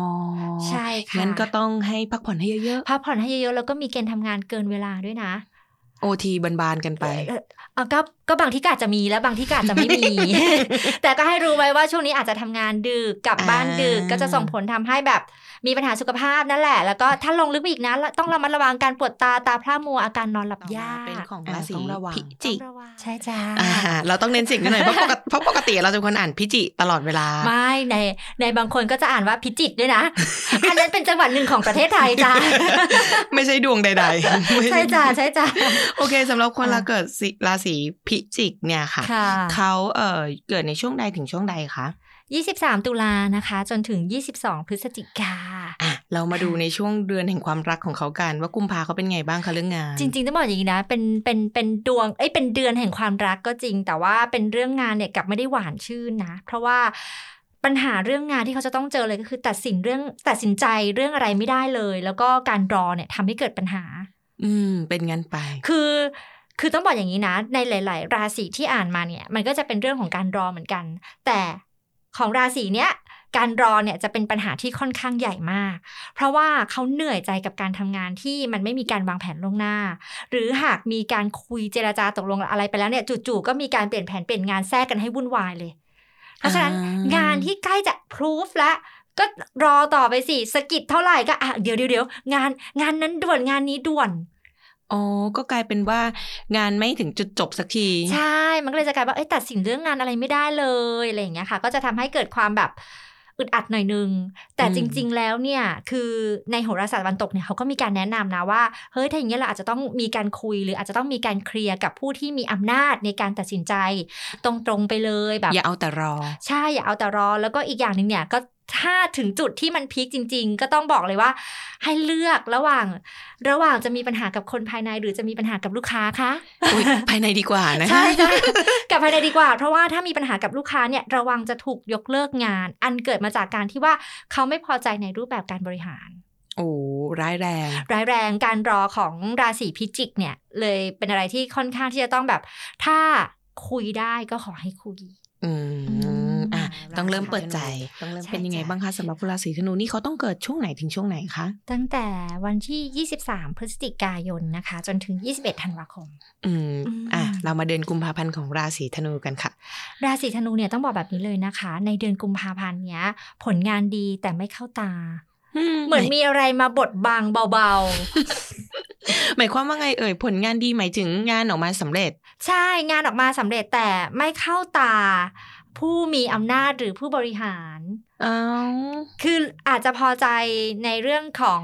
Speaker 2: ใช่ค่ะ
Speaker 1: งั้นก็ต้องให้พักผ่อนให้เยอะ
Speaker 2: พักผ่อนให้เยอะๆ แล้วก็มีเกณฑ์ทำงานเกินเวลาด้วยนะ
Speaker 1: ๆ โอทีบานๆกันไป
Speaker 2: เอ่อเอ่อก็ก็บางที่กอาจจะมีแล้วบางที่กอาจจะไม่มี
Speaker 1: *laughs*
Speaker 2: แต่ก็ให้รู้ไว้ว่าช่วงนี้อาจจะทำงานดึกกลับบ้านดึก
Speaker 1: อ่า
Speaker 2: ก็จะส่งผลทำให้แบบมีปัญหาสุขภาพนั่นแหละ แล้วก็ถ้าลงลึกไปอีกนะต้องระมัดระวังการปวดตาตาพร่ามัวอาการนอนหลับยาก
Speaker 1: เป็นของราศี
Speaker 3: ต้องระวัง
Speaker 1: พิจิก
Speaker 2: ต้องระวังใช่จ้า
Speaker 1: อ่าเราต้องเน้นสิ่งนี้หน่อยเพราะปกติ
Speaker 2: *laughs*
Speaker 1: เพราะปกติเราจะเป็นคนอ่านพิจิตลอดเวลา
Speaker 2: ไม่ในในบางคนก็จะอ่านว่าพิจิตรด้วยนะ *laughs* อันนั้นเป็นจังหวัดหนึ่งของประเทศไทยจ้า
Speaker 1: ไม่ใช่ดวงใดๆไม่
Speaker 2: ใช่จ้าใช่จ้า
Speaker 1: โอเคสำหรับคน
Speaker 2: อ่ะ
Speaker 1: ราเกิดสิราศีพิจิกเนี่ยค่ะ
Speaker 2: ค่ะ
Speaker 1: เขาเอ่อเกิดในช่วงใดถึงช่วงใดคะ
Speaker 2: 23 ตุลานะคะ จนถึง 22 พฤศจิกา
Speaker 1: อ่ะเรามาดูในช่วงเดือนแห่งความรักของเขากัน ว่ากุมภาเขาเป็นไงบ้างคะเรื่องงาน
Speaker 2: จริงๆต้องบอกอย่างนี้นะ เป็นเป็นเป็นดวงเอ้ยเป็นเดือนแห่งความรักก็จริง แต่ว่าเป็นเรื่องงานเนี่ยกลับไม่ได้หวานชื่นนะ เพราะว่าปัญหาเรื่องงานที่เขาจะต้องเจอเลยก็คือ ตัดสินเรื่องตัดสินใจเรื่องอะไรไม่ได้เลย แล้วก็การรอเนี่ยทำให้เกิดปัญหา
Speaker 1: อืมเป็นงั้นไป
Speaker 2: คือคือต้องบอกอย่างนี้นะ ในหลาย ๆ ราศีที่อ่านมาเนี่ย มันก็จะเป็นเรื่องของการรอเหมือนกัน แต่ ของราศีเนี้ยการรอเนี่ยจะเป็นปัญหาที่ค่อนข้างใหญ่มาก เพราะว่าเขาเหนื่อยใจกับการทำงานที่มันไม่มีการวางแผนล่วงหน้า หรือหากมีการคุยเจรจาตกลงอะไรไปแล้วเนี่ยจู่ๆก็มีการเปลี่ยนแผนเปลี่ยนงานแทรกกันให้วุ่นวายเลย เพราะฉะนั้น
Speaker 1: อ่าง
Speaker 2: งานที่ใกล้จะพรูฟแล้ว ก็รอต่อไปสิสะกิดเท่าไหร่ก็อ่ะเดี๋ยวเดี๋ยวเดี๋ยวงานงานนั้นด่วนงานนี้ด่วน
Speaker 1: อ๋อ ก็กลายเป็นว่างานไม่ถึงจุดจบสักที
Speaker 2: ใช่ มันก็เลยจะกลายว่าเอ้ยตัดสินเรื่องงานอะไรไม่ได้เลยอะไรอย่างเงี้ยค่ะ ก็จะทำให้เกิดความแบบอึดอัดหน่อยนึง แต่
Speaker 1: อืม
Speaker 2: จริง ๆ แล้วเนี่ย คือในโหราศาสตร์วันตกเนี่ยเขาก็มีการแนะนำนะว่า เฮ้ย ถ้าอย่างเงี้ยเราอาจจะต้องมีการคุย หรืออาจจะต้องมีการเคลียร์กับผู้ที่มีอำนาจในการตัดสินใจ ตรงๆไปเลยแบบ
Speaker 1: อย่าเอาแต่รอ
Speaker 2: ใช่อย่าเอาแต่รอแล้วก็อีกอย่างหนึ่งเนี่ยก็ถ้าถึงจุดที่มันพีคจริง ๆ ก็ต้องบอกเลยว่า ให้เลือกระหว่าง ระหว่างจะมีปัญหากับคนภายในหรือจะมีปัญหากับลูกค้าคะ
Speaker 1: อุ๊ย ภายในดีกว่านะคะ
Speaker 2: ใช่ *laughs* ใช่กับภายในดีกว่า เพราะว่าถ้ามีปัญหากับลูกค้าเนี่ยระวังจะถูกยกเลิกงาน อันเกิดมาจากการที่ว่าเขาไม่พอใจในรูปแบบการบริหาร
Speaker 1: โอ้ร้ายแรง
Speaker 2: ร้ายแรงการรอของราศีพิจิกเนี่ยเลยเป็นอะไรที่ค่อนข้างที่จะต้องแบบ ถ้าคุยได้ก็ขอให้คุย
Speaker 1: อื
Speaker 2: อื
Speaker 1: ม
Speaker 2: ม
Speaker 1: อ่ะ
Speaker 2: ราศี
Speaker 1: ต้องเริ่มเปิดใจ
Speaker 2: ธนู
Speaker 1: เป็นยังไง
Speaker 2: ใช่
Speaker 1: บ้างคะสำหรับคนราศีธนูนี่เขาต้องเกิดช่วงไหนถึงช่วงไหนคะ
Speaker 2: ตั้งแต่วันที่ 23 พฤศจิกายนนะคะ จนถึง 21 ธันวาคม
Speaker 1: อืม
Speaker 2: อืม
Speaker 1: อ่ะ เรามาเดือนกุมภาพันธ์ของราศีธนูกันค่ะ
Speaker 2: ราศีธนูเนี่ยต้องบอกแบบนี้เลยนะคะ ในเดือนกุมภาพันธ์เนี้ย ผลงานดีแต่ไม่เข้าตา เหมือนมีอะไรมาบดบังเบา
Speaker 1: หมายความว่าไงเอ่ยผลงานดีหมายถึงงานออกมาสำเร็จ
Speaker 2: ๆ *laughs* ใช่งานออกมาสำเร็จแต่ไม่เข้าตา ผู้มีอำนาจหรือผู้บริหาร
Speaker 1: เอ้าว
Speaker 2: คืออาจจะพอใจในเรื่องของ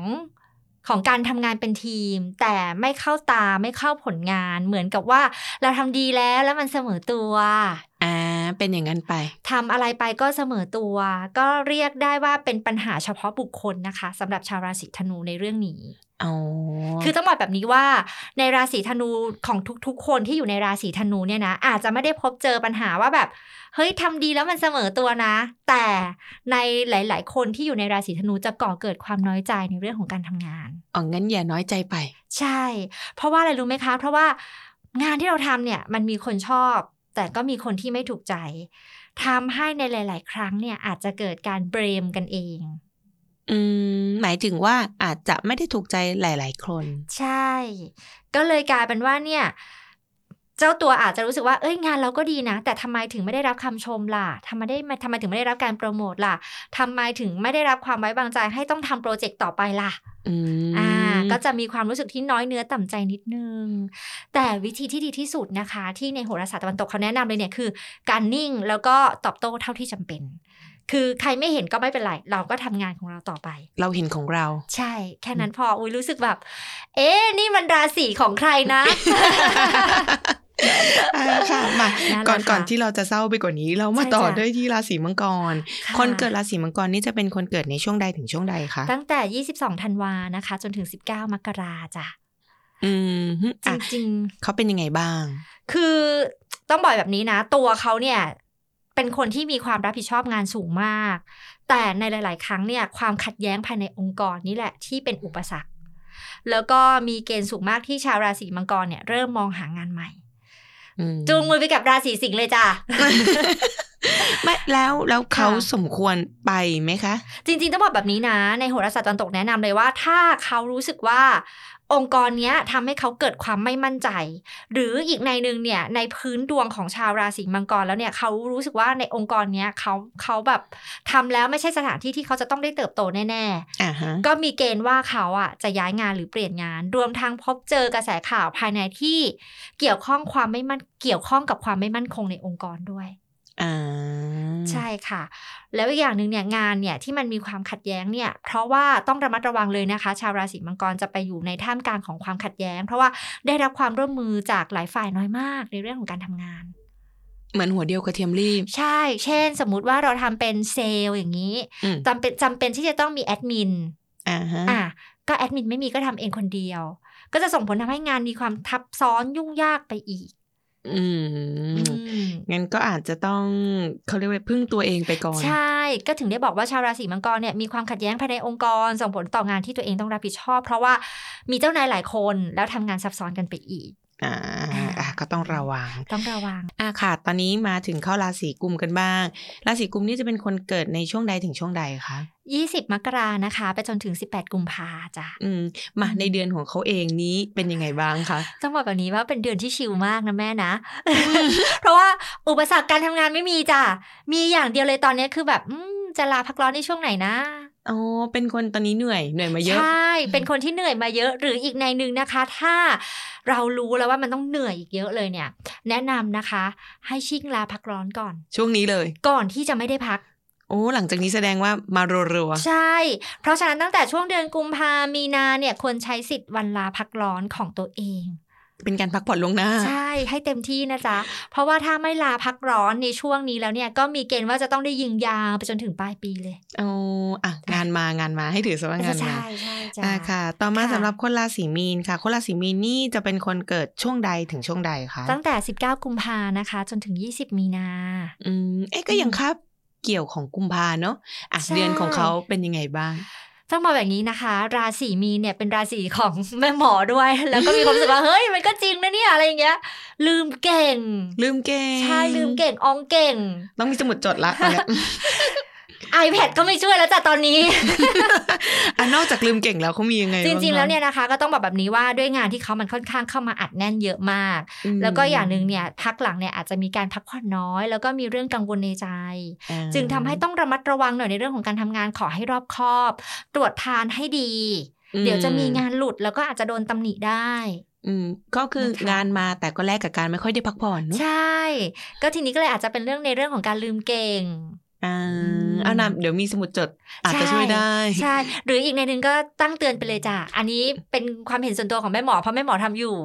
Speaker 2: ของการทำงานเป็นทีม แต่ไม่เข้าตาไม่เข้าผลงาน เหมือนกับว่าเราทำดีแล้วแล้วมันเสมอตัว
Speaker 1: อ่า เป็นอย่างนั้นไป
Speaker 2: ทำอะไรไปก็เสมอตัว ก็เรียกได้ว่าเป็นปัญหาเฉพาะบุคคลนะคะสำหรับชาวราศีธนูในเรื่องนี้
Speaker 1: อ๋อ
Speaker 2: คือต้องบอกแบบนี้ว่า ในราศีธนูของทุกๆ คนที่อยู่ในราศีธนูเนี่ยนะอาจจะไม่ได้พบเจอปัญหาว่าแบบ เฮ้ยทำดีแล้วมันเสมอตัวนะ แต่ในหลายๆ คนที่อยู่ในราศีธนูจะก่อเกิดความน้อยใจในเรื่องของการทำงาน
Speaker 1: อ๋อ งั้นอย่าน้อยใจไป
Speaker 2: ใช่ เพราะว่าอะไรรู้ไหมคะ เพราะว่างานที่เราทำเนี่ยมันมีคนชอบ แต่ก็มีคนที่ไม่ถูกใจทำให้ในหลาย ๆ ครั้งเนี่ยอาจจะเกิดการเบรมกันเอง
Speaker 1: อืม หมายถึงว่าอาจจะไม่ได้ถูกใจหลาย ๆ คน
Speaker 2: ใช่ ก็เลยกลายเป็นว่าเนี่ย เจ้าตัวอาจจะรู้สึกว่าเอ้ยงานเราก็ดีนะ แต่ทำไมถึงไม่ได้รับคำชมล่ะทำไมได้ทำไมถึงไม่ได้รับการโปรโมทล่ะทำไมถึงไม่ได้รับความไว้วางใจให้ต้องทำโปรเจกต์ต่อไปล่ะ
Speaker 1: อืม
Speaker 2: อ่าก็จะมีความรู้สึกที่น้อยเนื้อต่ำใจนิดนึง แต่วิธีที่ดีที่สุดนะคะ ที่ในโหราศาสตร์ตะวันตกเขาแนะนำเลยเนี่ยคือ การนิ่งแล้วก็ตอบโต้เท่าที่จำเป็น คือใครไม่เห็นก็ไม่เป็นไร เราก็ทำงานของเราต่อไป
Speaker 1: เราเห็นของ
Speaker 2: *laughs*
Speaker 1: เรา
Speaker 2: ใช่ แค่นั้นพออุ้ยรู้สึกแบบ เอ๊ะนี่มันราศีของใครนะ
Speaker 1: อ่าค่ะมา
Speaker 2: นั่นแหละ
Speaker 1: ก่อน
Speaker 2: ค่ะ
Speaker 1: ก่อนที่เราจะเศร้าไปกว่านี้ เรามา
Speaker 2: ใช่
Speaker 1: ต่อ
Speaker 2: จ้ะ
Speaker 1: ด้วยที่ราศีมังกร
Speaker 2: ค่ะ
Speaker 1: คนเกิดราศีมังกรนี่จะเป็นคนเกิดในช่วงใดถึงช่วงใดคะ
Speaker 2: ตั้งแต่ 22 ธันวานะคะ จนถึง 19 มกราจ้ะ
Speaker 1: อืมฮึ
Speaker 2: จ
Speaker 1: อ่ะ
Speaker 2: ริงๆ
Speaker 1: เขาเป็นยังไงบ้าง
Speaker 2: คือต้องบอกแบบนี้นะ ตัวเขาเนี่ยเป็นคนที่มีความรับผิดชอบงานสูงมาก แต่ในหลาย ๆ ครั้งเนี่ยความขัดแย้งภายในองค์กรนี่แหละที่เป็นอุปสรรค แล้วก็มีเกณฑ์สูงมากที่ชาวราศีมังกรเนี่ยเริ่มมองหางานใหม่
Speaker 1: อืม
Speaker 2: จูงมือไปกับราศีสิงห์เลยจ้ะ
Speaker 1: *laughs* ไม่แล้วแล้วเขา
Speaker 2: ค่ะ
Speaker 1: สมควรไปไหมคะ
Speaker 2: จริง ๆ ต้องบอกแบบนี้นะ ในโหราศาสตร์ตอนตกแนะนำเลยว่า ถ้าเขารู้สึกว่า องค์กรเนี้ยทำให้เขาเกิดความไม่มั่นใจ หรืออีกในหนึ่งเนี่ยในพื้นดวงของชาวราศีมังกรแล้วเนี่ยเขารู้สึกว่าในองค์กรเนี้ยเขาเขาแบบทำแล้วไม่ใช่สถานที่ที่เขาจะต้องได้เติบโตแน่
Speaker 1: อ่าฮะ
Speaker 2: ๆ ก็มีเกณฑ์ว่าเขาอ่ะจะย้ายงานหรือเปลี่ยนงาน รวมทั้งพบเจอกระแสข่าวภายในที่เกี่ยวข้องความไม่มั่นเกี่ยวข้องกับความไม่มั่นคงในองค์กรด้วย
Speaker 1: อ่า
Speaker 2: ใช่ค่ะ แล้วอีกอย่างหนึ่งเนี่ยงานเนี่ยที่มันมีความขัดแย้งเนี่ย เพราะว่าต้องระมัดระวังเลยนะคะ ชาวราศีมังกรจะไปอยู่ในท่ามกลางของความขัดแย้ง เพราะว่าได้รับความร่วมมือจากหลายฝ่ายน้อยมากในเรื่องของการทำงาน
Speaker 1: เหมือนหัวเดียวกระเทียมรีบ
Speaker 2: ใช่ เช่น สมมุติว่าเราทำเป็นเซลล์อย่างนี้
Speaker 1: อืม
Speaker 2: จำเป็นจำเป็นที่จะต้องมีแอดมิน
Speaker 1: อ่าฮะ
Speaker 2: อ่ะก็แอดมินไม่มีก็ทำเองคนเดียว ก็จะส่งผลทำให้งานมีความทับซ้อนยุ่งยากไปอีก
Speaker 1: อืม
Speaker 2: อืม
Speaker 1: งั้นก็อาจจะต้องเขาเรียกว่าพึ่งตัวเองไปก่อน
Speaker 2: ใช่ ก็ถึงได้บอกว่าชาวราศีมังกรเนี่ยมีความขัดแย้งภายในองค์กร ส่งผลต่องานที่ตัวเองต้องรับผิดชอบ เพราะว่ามีเจ้านายหลายคนแล้วทำงานซับซ้อนกันไปอีก
Speaker 1: อ่าอ่ะก็ต้องระวัง
Speaker 2: ต้องระวัง
Speaker 1: อ่ะค่ะ ตอนนี้มาถึงเข้าราศีกุมกันบ้าง ราศีกุมนี่จะเป็นคนเกิดในช่วงใดถึงช่วงใดคะ
Speaker 2: 20 มกรานะคะ ไปจนถึง 18 กุมภาจ้ะ
Speaker 1: อืม มาในเดือนของเขาเองนี้เป็นยังไงบ้างคะ
Speaker 2: ต้องบอกแบบนี้ว่าเป็นเดือนที่ชิลมากนะแม่นะ *laughs* เพราะว่าอุปสรรคการทำงานไม่มีจ้ะ มีอย่างเดียวเลยตอนนี้คือแบบอืมจะลาพักร้อนในช่วงไหนนะ
Speaker 1: อ๋อ เป็นคนตอนนี้เหนื่อย เหนื่อยมาเยอะ
Speaker 2: ใช่ เป็นคนที่เหนื่อยมาเยอะหรืออีกในหนึ่งนะคะ ถ้าเรารู้แล้วว่ามันต้องเหนื่อยอีกเยอะเลยเนี่ย แนะนำนะคะ ให้ชิ่งลาพักร้อนก่อน
Speaker 1: ช่วงนี้เลย
Speaker 2: ก่อนที่จะไม่ได้พัก
Speaker 1: โอ้ หลังจากนี้แสดงว่ามารัว
Speaker 2: ใช่ เพราะฉะนั้นตั้งแต่ช่วงเดือนกุมภามีนาเนี่ยควรใช้สิทธิ์วันลาพักร้อนของตัวเอง
Speaker 1: ๆเป็นการพักผ่อนล่วงหน้า
Speaker 2: ใช่ให้เต็มที่นะจ๊ะ เพราะว่าถ้าไม่ลาพักร้อนในช่วงนี้แล้วเนี่ยก็มีเกณฑ์ว่าจะต้องได้ยิงยาวไปจนถึงปลายปีเลย
Speaker 1: โอ้อ่ะ งานมางานมาให้ถือซะว่างานมา
Speaker 2: ใช่ใช่จ้ะ
Speaker 1: อ่ะค่ะ ต่อมา
Speaker 2: ค่ะ
Speaker 1: สำหรับคนราศีมีนค่ะ คนราศีมีนนี่จะเป็นคนเกิดช่วงใดถึงช่วงใดคะ
Speaker 2: ตั้งแต่ 19 กุมภานะคะ จนถึง 20 มีนา
Speaker 1: อืม เอ๊ะก็ยังครับ เกี่ยวของกุมภาเนาะ อ่ะ
Speaker 2: ใช่
Speaker 1: เดือนของเขาเป็นยังไงบ้าง
Speaker 2: ต้องมาแบบนี้นะคะ ราศีมีนเนี่ยเป็นราศีของ *laughs* แม่หมอด้วย แล้วก็มีความรู้สึกว่า เฮ้ยมันก็จริงนะเนี่ยอะไรอย่างเงี้ย ลืมเก่ง
Speaker 1: ลืมเก่ง
Speaker 2: ใช่ลืมเก่งอองเก่ง
Speaker 1: ต้องมีสมุดจดละตอ
Speaker 2: *laughs*
Speaker 1: นเนี้ย
Speaker 2: iPad ก็ไม่ช่วยแล้วจ้ะตอน
Speaker 1: *laughs*
Speaker 2: นี้
Speaker 1: อ่ะนอกจากลืมเก่งแล้วเขามียังไง
Speaker 2: จ
Speaker 1: บ้า
Speaker 2: ริง ๆ
Speaker 1: คะ
Speaker 2: แล้วเนี่ยนะคะ ก็ต้องบอกแบบนี้ว่าด้วยงานที่เขามันค่อนข้างเข้ามาอัดแน่นเยอะมาก
Speaker 1: ม
Speaker 2: แล้วก็อย่างหนึ่งเนี่ยพักหลังเนี่ยอาจจะมีการพักผ่อนน้อย แล้วก็มีเรื่องกังวลในใจ
Speaker 1: อ่า
Speaker 2: จึงทำให้ต้องระมัดระวังหน่อยในเรื่องของการทำงานขอให้รอบคอบ ตรวจทานให้ดี
Speaker 1: อื
Speaker 2: เดี๋ยวจะมีงานหลุดแล้วก็อาจจะโดนตำหนิได้
Speaker 1: อืมก็คือ
Speaker 2: นะคะ
Speaker 1: งานมาแต่ก็แลกกับการไม่ค่อยได้พักผ่อนเนอะ
Speaker 2: ใช่ ก็ทีนี้ก็เลยอาจจะเป็นเรื่องในเรื่องของการลืมเก่ง
Speaker 1: อ่าเอานะเดี๋ยวมีสมุดจด อาจจะ
Speaker 2: ใช่
Speaker 1: ช่วยได้
Speaker 2: ใช่ หรืออีกในหนึ่งก็ตั้งเตือนไปเลยจ้ะอันนี้เป็นความเห็นส่วนตัวของแม่หมอเพราะแม่หมอทำอยู่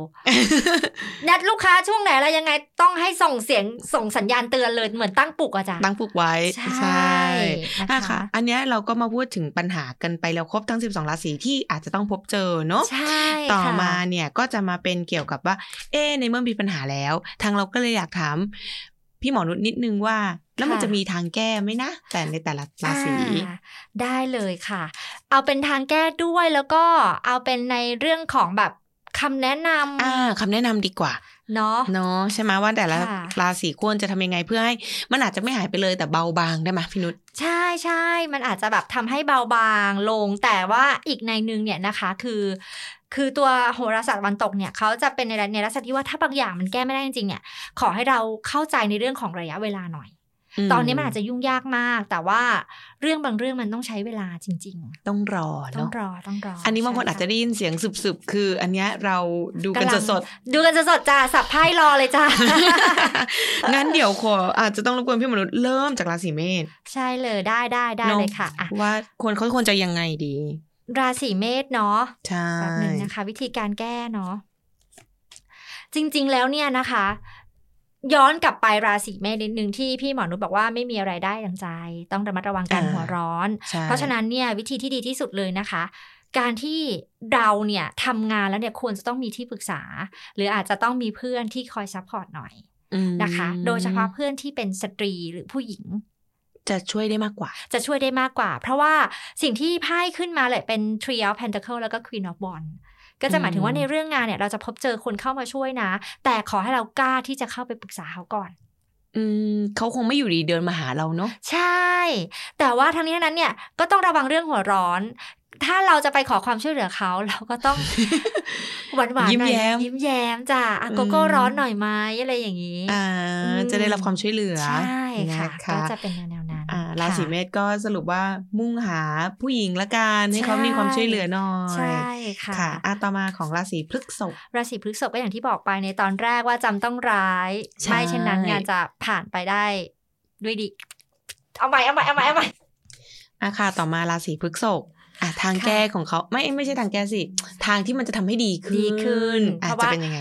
Speaker 2: นัดลูกค้าช่วงไหนอะไรยังไงต้องให้ส่งเสียงส่งสัญญาณเตือนเลยเหมือนตั้งปลุกอะจ้ะ
Speaker 1: *laughs* ตั้งปลุกไว้
Speaker 2: ใช่
Speaker 1: อ่ะ
Speaker 2: นะ
Speaker 1: ค่ะ
Speaker 2: คะ
Speaker 1: อันเนี้ยเราก็มาพูดถึงปัญหากันไปแล้วครบทั้ง 12 ราศีที่อาจจะต้องพบเจอเนาะ
Speaker 2: ใช่
Speaker 1: ต่อ
Speaker 2: ค่ะ
Speaker 1: มาเนี่ยก็จะมาเป็นเกี่ยวกับว่า เอ๊ะในเมื่อมีปัญหาแล้ว ทางเราก็เลยอยากถาม พี่หมอนุชนิดนึงว่า แล้วมัน
Speaker 2: ค่ะ
Speaker 1: จะมีทางแก้ไหมนะ แต่ในแต่ละราศี
Speaker 2: อ่าได้เลยค่ะ เอาเป็นทางแก้ด้วยแล้วก็เอาเป็นในเรื่องของแบบคำแนะน
Speaker 1: อ่าคำแนะนำดีกว่า
Speaker 2: ำเนาะ
Speaker 1: เนาะใช่ไหมว่าแต่ละ
Speaker 2: ค่ะ
Speaker 1: ราศีควรจะทำยังไงเพื่อให้มันอาจจะไม่หายไปเลยแต่เบาบางได้ไหมพี่นุช
Speaker 2: ใช่ใช่มันอาจจะแบบทำให้เบาบางลง แต่ว่าอีกในนึงเนี่ยนะคะคือ คือตัวโหราศาสตร์วันตกเนี่ยเขาจะเป็นในในลักษณะที่ว่าถ้าบางอย่างมันแก้ไม่ได้จริงๆเนี่ย ขอให้เราเข้าใจในเรื่องของระยะเวลาหน่อย ตอนนี้มันอาจจะยุ่งยากมาก แต่ว่าเรื่องบางเรื่องมันต้องใช้เวลาจริง
Speaker 1: ต้องรอ
Speaker 2: ๆ ต้อ
Speaker 1: เนาะ
Speaker 2: งรอต้องรอ
Speaker 1: อั
Speaker 2: อั
Speaker 1: นนี้บางคนอาจจะได้ยินเสียงสืบๆคือ อันเนี้ยเราดูกัน
Speaker 2: กำลัง
Speaker 1: สด
Speaker 2: ดูกันสดๆจ้าสับไพ่รอเลย
Speaker 1: *laughs*
Speaker 2: จ้า
Speaker 1: ๆ งั้นเดี๋ยวขออาจจะต้องรบกวนพี่หมอนุชเริ่มจากราศีเมษ
Speaker 2: ใช่เลยได้ได้ได้
Speaker 1: เนอะ
Speaker 2: เลยค่ะอ่ะ
Speaker 1: ว่าควรเขาควรจะยังไงดี
Speaker 2: ราศีเมษเนาะ
Speaker 1: ใช่
Speaker 2: แบบหนึงนะคะ วิธีการแก้เนาะจริง ๆ แล้วเนี่ยนะคะ ย้อนกลับไปราศีเมษนิดนึงที่พี่หมอนุชบอกว่าไม่มีอะไรได้ดังใจ ต้องระมัดระวังการ
Speaker 1: อ่า
Speaker 2: หัวร้อน
Speaker 1: ใช่
Speaker 2: เพราะฉะนั้นเนี่ยวิธีที่ดีที่สุดเลยนะคะ การที่เราเนี่ยทำงานแล้วเนี่ยควรจะต้องมีที่ปรึกษา หรืออาจจะต้องมีเพื่อนที่คอยซัพพอร์ตหน่อย
Speaker 1: อืม
Speaker 2: นะคะ โดยเฉพาะเพื่อนที่เป็นสตรีหรือผู้หญิง
Speaker 1: จะช่วยได้มากกว่า
Speaker 2: จะช่วยได้มากกว่า เพราะว่าสิ่งที่ไพ่ขึ้นมาเลยเป็น Three of Pentacle แล้วก็ Queen of Wands ก็จะหมายถึงว่าในเรื่องงานเนี่ยเราจะพบเจอคนเข้ามาช่วยนะ แต่ขอให้เรากล้าที่จะเข้าไปปรึกษาเขาก่อน
Speaker 1: อืมเขาคงไม่อยู่ดีเดินมาหาเราเนาะ
Speaker 2: ใช่ แต่ว่าทั้งนี้ทั้งนั้นเนี่ยก็ต้องระวังเรื่องหัวร้อน ถ้าเราจะไปขอความช่วยเหลือเขาเราก็ต้อง *laughs* หวานๆหน่อ
Speaker 1: ยิ้มแย้ม
Speaker 2: ยิ้มแย้มจ้ะอะโกโก้ร้อนหน่อยไหมอะไรอย่างนี้
Speaker 1: อ่า
Speaker 2: อืม
Speaker 1: จะได้รับความช่วยเหลือ
Speaker 2: ใช่ค่ะ
Speaker 1: น
Speaker 2: ก็จะเป็นแนวๆนั้น
Speaker 1: อ่าราศี
Speaker 2: ค่ะ
Speaker 1: เมษก็สรุปว่ามุ่งหาผู้หญิงละกันให้
Speaker 2: ใช่
Speaker 1: เขามีความช่วยเหลือหน่อย
Speaker 2: ใช่ค่ะ
Speaker 1: ค่ะอ่าต่อมาของราศีพฤษภ
Speaker 2: ราศีพฤษภก็อย่างที่บอกไปในตอนแรกว่าจำต้องร้าย
Speaker 1: ใช่
Speaker 2: ไม่เช่นนั้นงานจะผ่านไปได้ด้วยดี เอาใหม่เอาใหม่เอาใหม่เอาใหม่
Speaker 1: อ่ะค่ะต่อมาราศีพฤษภอ่ะทาง
Speaker 2: ค่ะ
Speaker 1: แก้ของเขาไม่ไม่ใช่ทางแก้สิ ทางที่มันจะทำให้ดีขึ้น
Speaker 2: ดีขึ้น
Speaker 1: อาจ
Speaker 2: เพราะว่า
Speaker 1: จะเป็นยังไง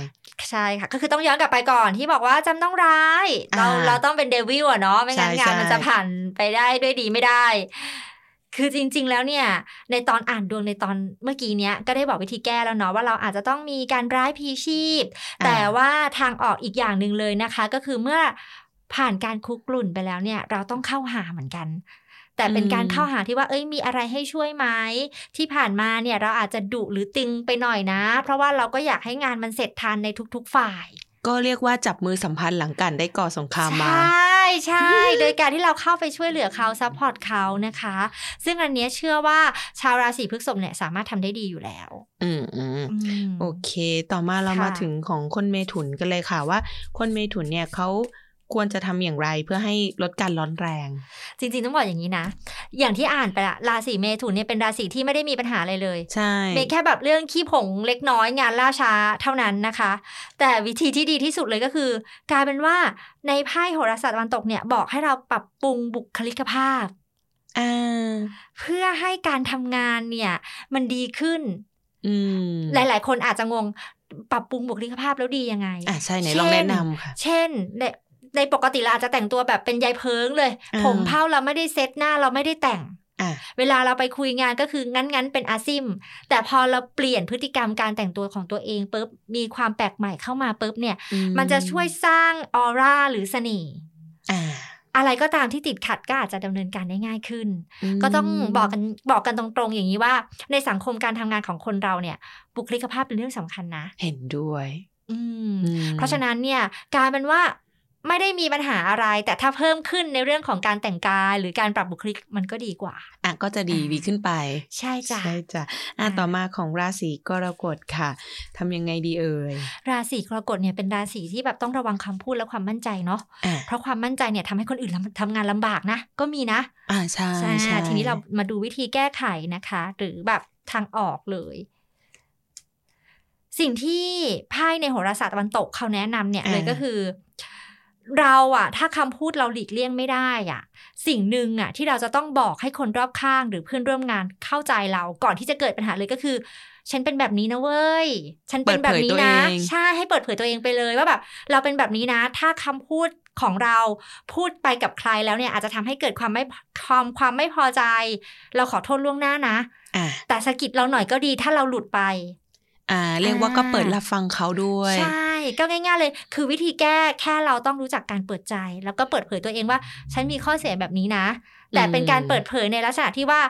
Speaker 2: ใช่ค่ะ ก็คือต้องย้อนกลับไปก่อนที่บอกว่าจำต้องร้าย เรา
Speaker 1: อ่า
Speaker 2: เราต้องเป็นเดวิลอะเนาะไม่งั้น
Speaker 1: ใช่
Speaker 2: งานมัน
Speaker 1: ใช่
Speaker 2: จะผ่านไปได้ด้วยดีไม่ได้ คือจริง ๆ แล้วเนี่ย ในตอนอ่านดวงในตอนเมื่อกี้เนี้ยก็ได้บอกวิธีแก้แล้วเนาะว่าเราอาจจะต้องมีการร้ายพีชีพ แต่ว่าทางออกอีกอย่างหนึ่งเลยนะคะ ก็คือเมื่อผ่านการคุกกลุ่นไปแล้วเนี่ย เราต้องเข้าหาเหมือนกัน แต่เป็นการ
Speaker 1: อืม
Speaker 2: เข้าหาที่ว่าเอ้ยมีอะไรให้ช่วยไหมที่ผ่านมาเนี่ยเราอาจจะดุหรือตึงไปหน่อยนะ เพราะว่าเราก็อยากให้งานมันเสร็จทันในทุก ๆ ฝ่าย
Speaker 1: ก็เรียกว่าจับมือสัมพันธ์หลังกันได้ก่อสงครามมา
Speaker 2: ใช่ใช่
Speaker 1: *laughs*
Speaker 2: โดยการที่เราเข้าไปช่วยเหลือเขาซัพพอร์ตเขานะคะ ซึ่งอันเนี้ยเชื่อว่าชาวราศีพฤษภเนี่ยสามารถทำได้ดีอยู่แล้ว
Speaker 1: อืมอืม
Speaker 2: อืม
Speaker 1: โอเค ต่อมาเรา
Speaker 2: ค่ะ
Speaker 1: มาถึงของคนเมถุนกันเลยค่ะว่า คนเมถุนเนี่ยเขาควรจะทำอย่างไรเพื่อให้ลดการร้อนแรง
Speaker 2: จริงๆต้องบอกอย่างนี้นะ อย่างที่อ่านไปละราศีเมถุนเนี่ยเป็นราศีที่ไม่ได้มีปัญหาอะไรเลย
Speaker 1: ใช่
Speaker 2: มีแค่แบบเรื่องขี้ผงเล็กน้อยงานล่าช้าเท่านั้นนะคะ แต่วิธีที่ดีที่สุดเลยก็คือ กลายเป็นว่าในไพ่โหราศาสตร์ตะวันตกเนี่ยบอกให้เราปรับปรุงบุคลิกภาพ
Speaker 1: อ่า
Speaker 2: เพื่อให้การทำงานเนี่ยมันดีขึ้น
Speaker 1: อืม
Speaker 2: หลาย ๆ คนอาจจะงงปรับปรุงบุคลิกภาพแล้วดียังไง
Speaker 1: อ่ะใช่ไหน
Speaker 2: เช่น
Speaker 1: ลองแนะนำค่ะ
Speaker 2: เช่นในในปกติเราอาจจะแต่งตัวแบบเป็นยายเพิงเลย
Speaker 1: อ่า
Speaker 2: ผมเผ้าเราไม่ได้เซ็ตหน้าเราไม่ได้แต่ง
Speaker 1: อ่ะ
Speaker 2: เวลาเราไปคุยงานก็คืองั้นงั้นๆเป็นอาซิม แต่พอเราเปลี่ยนพฤติกรรมการแต่งตัวของตัวเองปุ๊บมีความแปลกใหม่เข้ามาปุ๊บเนี่ย
Speaker 1: อื
Speaker 2: มันจะช่วยสร้างออร่าหรือเสน่ห์
Speaker 1: อ่า
Speaker 2: อะไรก็ตามที่ติดขัดก็อาจจะดำเนินการได้ง่ายขึ้น
Speaker 1: ม
Speaker 2: ก็ต้องบอกกันบอกกันตรงๆอย่างนี้ว่า ในสังคมการทำงานของคนเราเนี่ยบุคลิกภาพเป็นเรื่องสำคัญนะ
Speaker 1: เห็นด้วย
Speaker 2: อืม
Speaker 1: อืม
Speaker 2: เพราะฉะนั้นเนี่ยกลารเป็นว่าไม่ได้มีปัญหาอะไร แต่ถ้าเพิ่มขึ้นในเรื่องของการแต่งกาย หรือการปรับบุคลิกมันก็ดีกว่า
Speaker 1: อ่ะก็จะดี
Speaker 2: อ่า
Speaker 1: ดีขึ้นไป
Speaker 2: ใช่จ้ะ
Speaker 1: ใช่จ้ะอ่ะ
Speaker 2: อ่า
Speaker 1: ต่อมาของราศีกรกฎค่ะทำยังไงดีเอ่ย
Speaker 2: ราศีกรกฎเนี่ยเป็นราศีที่แบบต้องระวังคำพูดและความมั่นใจเนาะ
Speaker 1: อ่ะ
Speaker 2: เพราะความมั่นใจเนี่ยทำให้คนอื่นลำทำงานลำบากนะ ก็มีนะ
Speaker 1: อ่าใช่
Speaker 2: ใช่
Speaker 1: ใช่
Speaker 2: ทีนี้เรามาดูวิธีแก้ไขนะคะ หรือแบบทางออกเลย สิ่งที่ไพ่ในโหราศาสตร์ตะวันตกเขาแนะนำเนี่ยเลยก็คือ เราอะถ้าคำพูดเราหลีกเลี่ยงไม่ได้อะสิ่งหนึ่งอะที่เราจะต้องบอกให้คนรอบข้างหรือเพื่อนร่วมงานเข้าใจเราก่อนที่จะเกิดปัญหาเลยก็คือ ฉันเป็นแบบนี้นะเว้ย ฉันเป็นแบบนี้นะ ใช่ให้เปิดเผยตัวเองไปเลยว่าแบบเราเป็นแบบนี้นะ ถ้าคำพูดของเราพูดไปกับใครแล้วเนี่ยอาจจะทำให้เกิดความไม่ความความไม่พอใจ เราขอโทษล่วงหน้านะ
Speaker 1: อ่ะ
Speaker 2: แต่สะกิดเราหน่อยก็ดีถ้าเราหลุดไป
Speaker 1: อ่า เรียกว่าก็เปิดรับฟังเขาด้วย
Speaker 2: ใช่ก็ง่าย ๆเลย คือวิธีแก้แค่เราต้องรู้จักการเปิดใจ แล้วก็เปิดเผยตัวเองว่า ฉันมีข้อเสียแบบนี้นะ แต่เป็นการเปิดเผยในลักษณะที่ว่า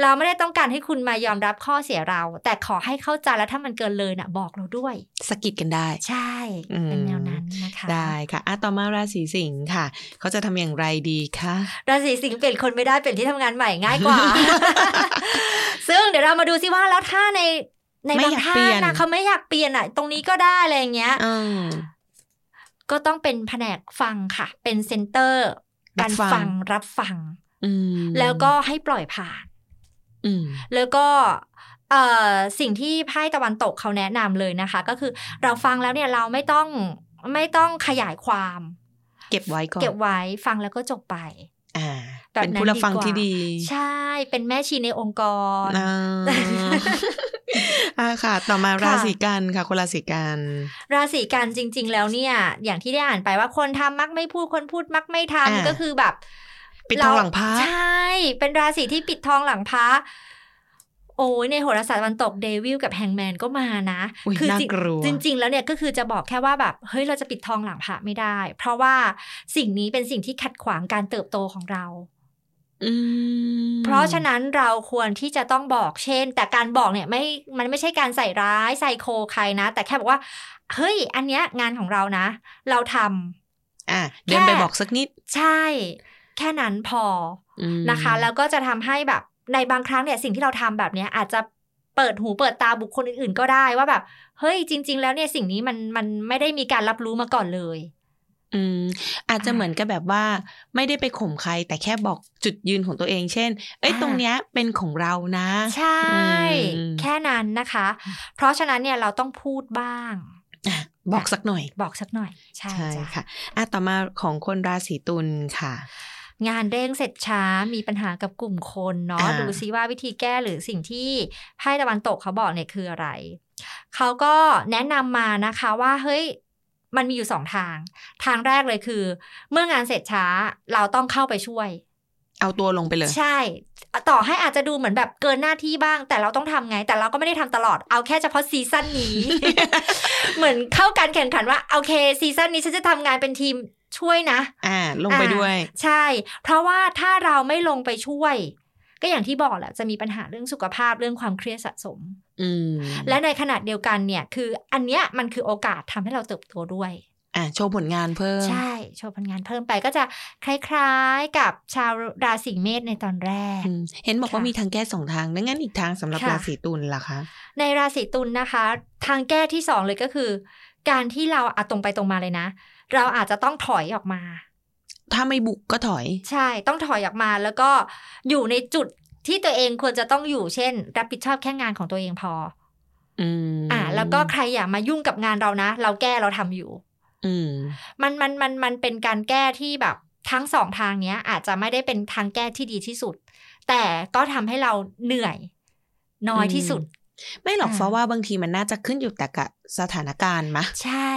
Speaker 2: เราไม่ได้ต้องการให้คุณมายอมรับข้อเสียเรา แต่ขอให้เข้าใจแล้วถ้ามันเกินเลยน่ะ บอกเราด้วย
Speaker 1: สะกิดกันได้
Speaker 2: ใช่
Speaker 1: อืม
Speaker 2: เป็นแนวนั้นนะคะ
Speaker 1: ได้ค่ะอ่ะต่อมาราศีสิงค์ค่ะ เขาจะทำอย่างไรดีคะ
Speaker 2: ราศีสิงห์เปลี่ยนคนไม่ได้เปลี่ยนที่ทำงานใหม่ง่าย
Speaker 1: *laughs*
Speaker 2: กว่า ซึ่งเดี๋ยวเรามาดูซิว่าแล้วถ้าในใน
Speaker 1: ไม่
Speaker 2: บาง
Speaker 1: อยาก
Speaker 2: ท่า
Speaker 1: เปลี่
Speaker 2: น
Speaker 1: ยน
Speaker 2: นะเขาไม่อยากเปลี่ยนอ่ะ ตรงนี้ก็ได้อะไรอย่างเงี้ย
Speaker 1: อืม
Speaker 2: ก็ต้องเป็นแผนกฟังค่ะ เป็นเซนเตอร์
Speaker 1: รั
Speaker 2: กา
Speaker 1: บ
Speaker 2: ร
Speaker 1: ฟัง
Speaker 2: ฟังรับฟัง
Speaker 1: อืม
Speaker 2: แล้วก็ให้ปล่อยผ่าน
Speaker 1: อืม
Speaker 2: แล้วก็เอ่อสิ่งที่ไพ่ตะวันตกเขาแนะนำเลยนะคะ ก็คือเราฟังแล้วเนี่ยเราไม่ต้องไม่ต้องขยายความ
Speaker 1: เก็บไว้ก่อน
Speaker 2: เก็บไว้ฟังแล้วก็จบไป
Speaker 1: อ่า
Speaker 2: แบบ
Speaker 1: เป็น
Speaker 2: นั้น
Speaker 1: ผู้รับฟัง
Speaker 2: ดีกว่า
Speaker 1: ที่ดี
Speaker 2: ใช่เป็นแม่ชีในองค์กร
Speaker 1: อ่ *laughs* าอ่าค่ะ ต่อมา
Speaker 2: ค่ะ
Speaker 1: ราศีกันค่ะ คนราศีกัน
Speaker 2: ราศีกันจริง ๆ แล้วเนี่ย อย่างที่ได้อ่านไปว่าคนทำมักไม่พูดคนพูดมักไม่ทำ
Speaker 1: อ่า
Speaker 2: ก็คือแบบ
Speaker 1: ปิดทองหลังพระ
Speaker 2: ใช่เป็นราศีที่ปิดทองหลังพระโอ้ยในโหราศาสตร์วันตกเดวิลกับแฮงแมนก็มานะ
Speaker 1: อุ้ย
Speaker 2: คื
Speaker 1: น่า
Speaker 2: จริง
Speaker 1: กลัว
Speaker 2: จริง ๆ แล้วเนี่ยก็คือจะบอกแค่ว่าแบบเฮ้ยเราจะปิดทองหลังพระไม่ได้ เพราะว่าสิ่งนี้เป็นสิ่งที่ขัดขวางการเติบโตของเรา
Speaker 1: อืม
Speaker 2: เพราะฉะนั้นเราควรที่จะต้องบอกเช่น แต่การบอกเนี่ยไม่ มันไม่ใช่การใส่ร้ายใส่โคใครนะ แต่แค่บอกว่า เฮ้ย อันเนี้ยงานของเรานะ เราทำ
Speaker 1: อ่ะเดินไป
Speaker 2: แค่
Speaker 1: บอกสักนิด
Speaker 2: ใช่ แค่นั้นพอ
Speaker 1: อืม
Speaker 2: นะคะ แล้วก็จะทำให้แบบในบางครั้งเนี่ยสิ่งที่เราทำแบบเนี้ยอาจจะเปิดหูเปิดตาบุคคลอื่นๆ ก็ได้ว่าแบบเฮ้ยจริง ๆ แล้วเนี่ยสิ่งนี้มันมันไม่ได้มีการรับรู้มาก่อนเลย
Speaker 1: อืมอาจจะ
Speaker 2: อ่า
Speaker 1: เหมือนกับแบบว่า ไม่ได้ไปข่มใคร แต่แค่บอกจุดยืนของตัวเอง เช่น เอ้ย
Speaker 2: อ่า
Speaker 1: ตรงเนี้ยเป็นของเรานะ
Speaker 2: ใช่
Speaker 1: อืม
Speaker 2: แค่นั้นนะคะ เพราะฉะนั้นเนี่ยเราต้องพูดบ้าง
Speaker 1: อ่ะบอกสักหน่อย
Speaker 2: บอกสักหน่อย ใช่
Speaker 1: ใช่
Speaker 2: จ้ะ
Speaker 1: ค่ะอ่ะต่อมาของคนราศีตุลค่ะ
Speaker 2: งานเร่งเสร็จช้ามีปัญหากับกลุ่มคนเนาะ
Speaker 1: อ่า
Speaker 2: ดูซิว่าวิธีแก้หรือสิ่งที่ไพ่ตะวันตกเขาบอกเนี่ยคืออะไร เขาก็แนะนำมานะคะว่าเฮ้ยมันมีอยู่สองทาง ทางแรกเลยคือ เมื่องานเสร็จช้าเราต้องเข้าไปช่วย
Speaker 1: เอาตัวลงไปเลย
Speaker 2: ใช่ ต่อให้อาจจะดูเหมือนแบบเกินหน้าที่บ้าง แต่เราต้องทำไง แต่เราก็ไม่ได้ทำตลอดเอาแค่เฉพาะซีซั่นนี้
Speaker 1: *laughs*
Speaker 2: เหมือนเข้าการแข่งขันว่าโอเคซีซั่นนี้ฉันจะทำงานเป็นทีมช่วยนะ
Speaker 1: อ่า ลงไปด้วย
Speaker 2: ใช่ เพราะว่าถ้าเราไม่ลงไปช่วย ก็อย่างที่บอกแหละจะมีปัญหาเรื่องสุขภาพเรื่องความเครียดสะสม
Speaker 1: อืม
Speaker 2: และในขณะเดียวกันเนี่ยคืออันเนี้ยมันคือโอกาสทำให้เราเติบโตด้วย
Speaker 1: อ่าโชว์ผลงานเพิ่ม
Speaker 2: ใช่โชว์ผลงานเพิ่มไปก็จะคล้ายๆกับชาวราศีเมษในตอนแรก
Speaker 1: อืมเห็นบอกว่า
Speaker 2: ค่ะ
Speaker 1: มีทางแก้สองทางดังนั้นอีกทางสำหรับ
Speaker 2: ค่ะ
Speaker 1: ราศีตุลล่ะคะ
Speaker 2: ในราศีตุลนะคะ ทางแก้ที่สองเลยก็คือ การที่เราอะตรงไปตรงมาเลยนะ เราอาจจะต้องถอยออกมา
Speaker 1: ถ้าไม่บุกก็ถอย
Speaker 2: ใช่ต้องถอยออกมาแล้วก็อยู่ในจุดที่ตัวเองควรจะต้องอยู่เช่น รับผิดชอบแค่งานของตัวเองพอ
Speaker 1: อืม
Speaker 2: อ่าแล้วก็ใครอย่ามายุ่งกับงานเรานะ เราแก้เราทำอยู่
Speaker 1: อืม
Speaker 2: มันมันมันมันเป็นการแก้ที่แบบทั้งสองทางเนี้ย อาจจะไม่ได้เป็นทางแก้ที่ดีที่สุด แต่ก็ทำให้เราเหนื่อยน้อยที่สุด
Speaker 1: ไม่หรอก
Speaker 2: อ่า
Speaker 1: เพราะว่าบางทีมันน่าจะขึ้นอยู่แต่กับสถานการณ์มะ
Speaker 2: ใช่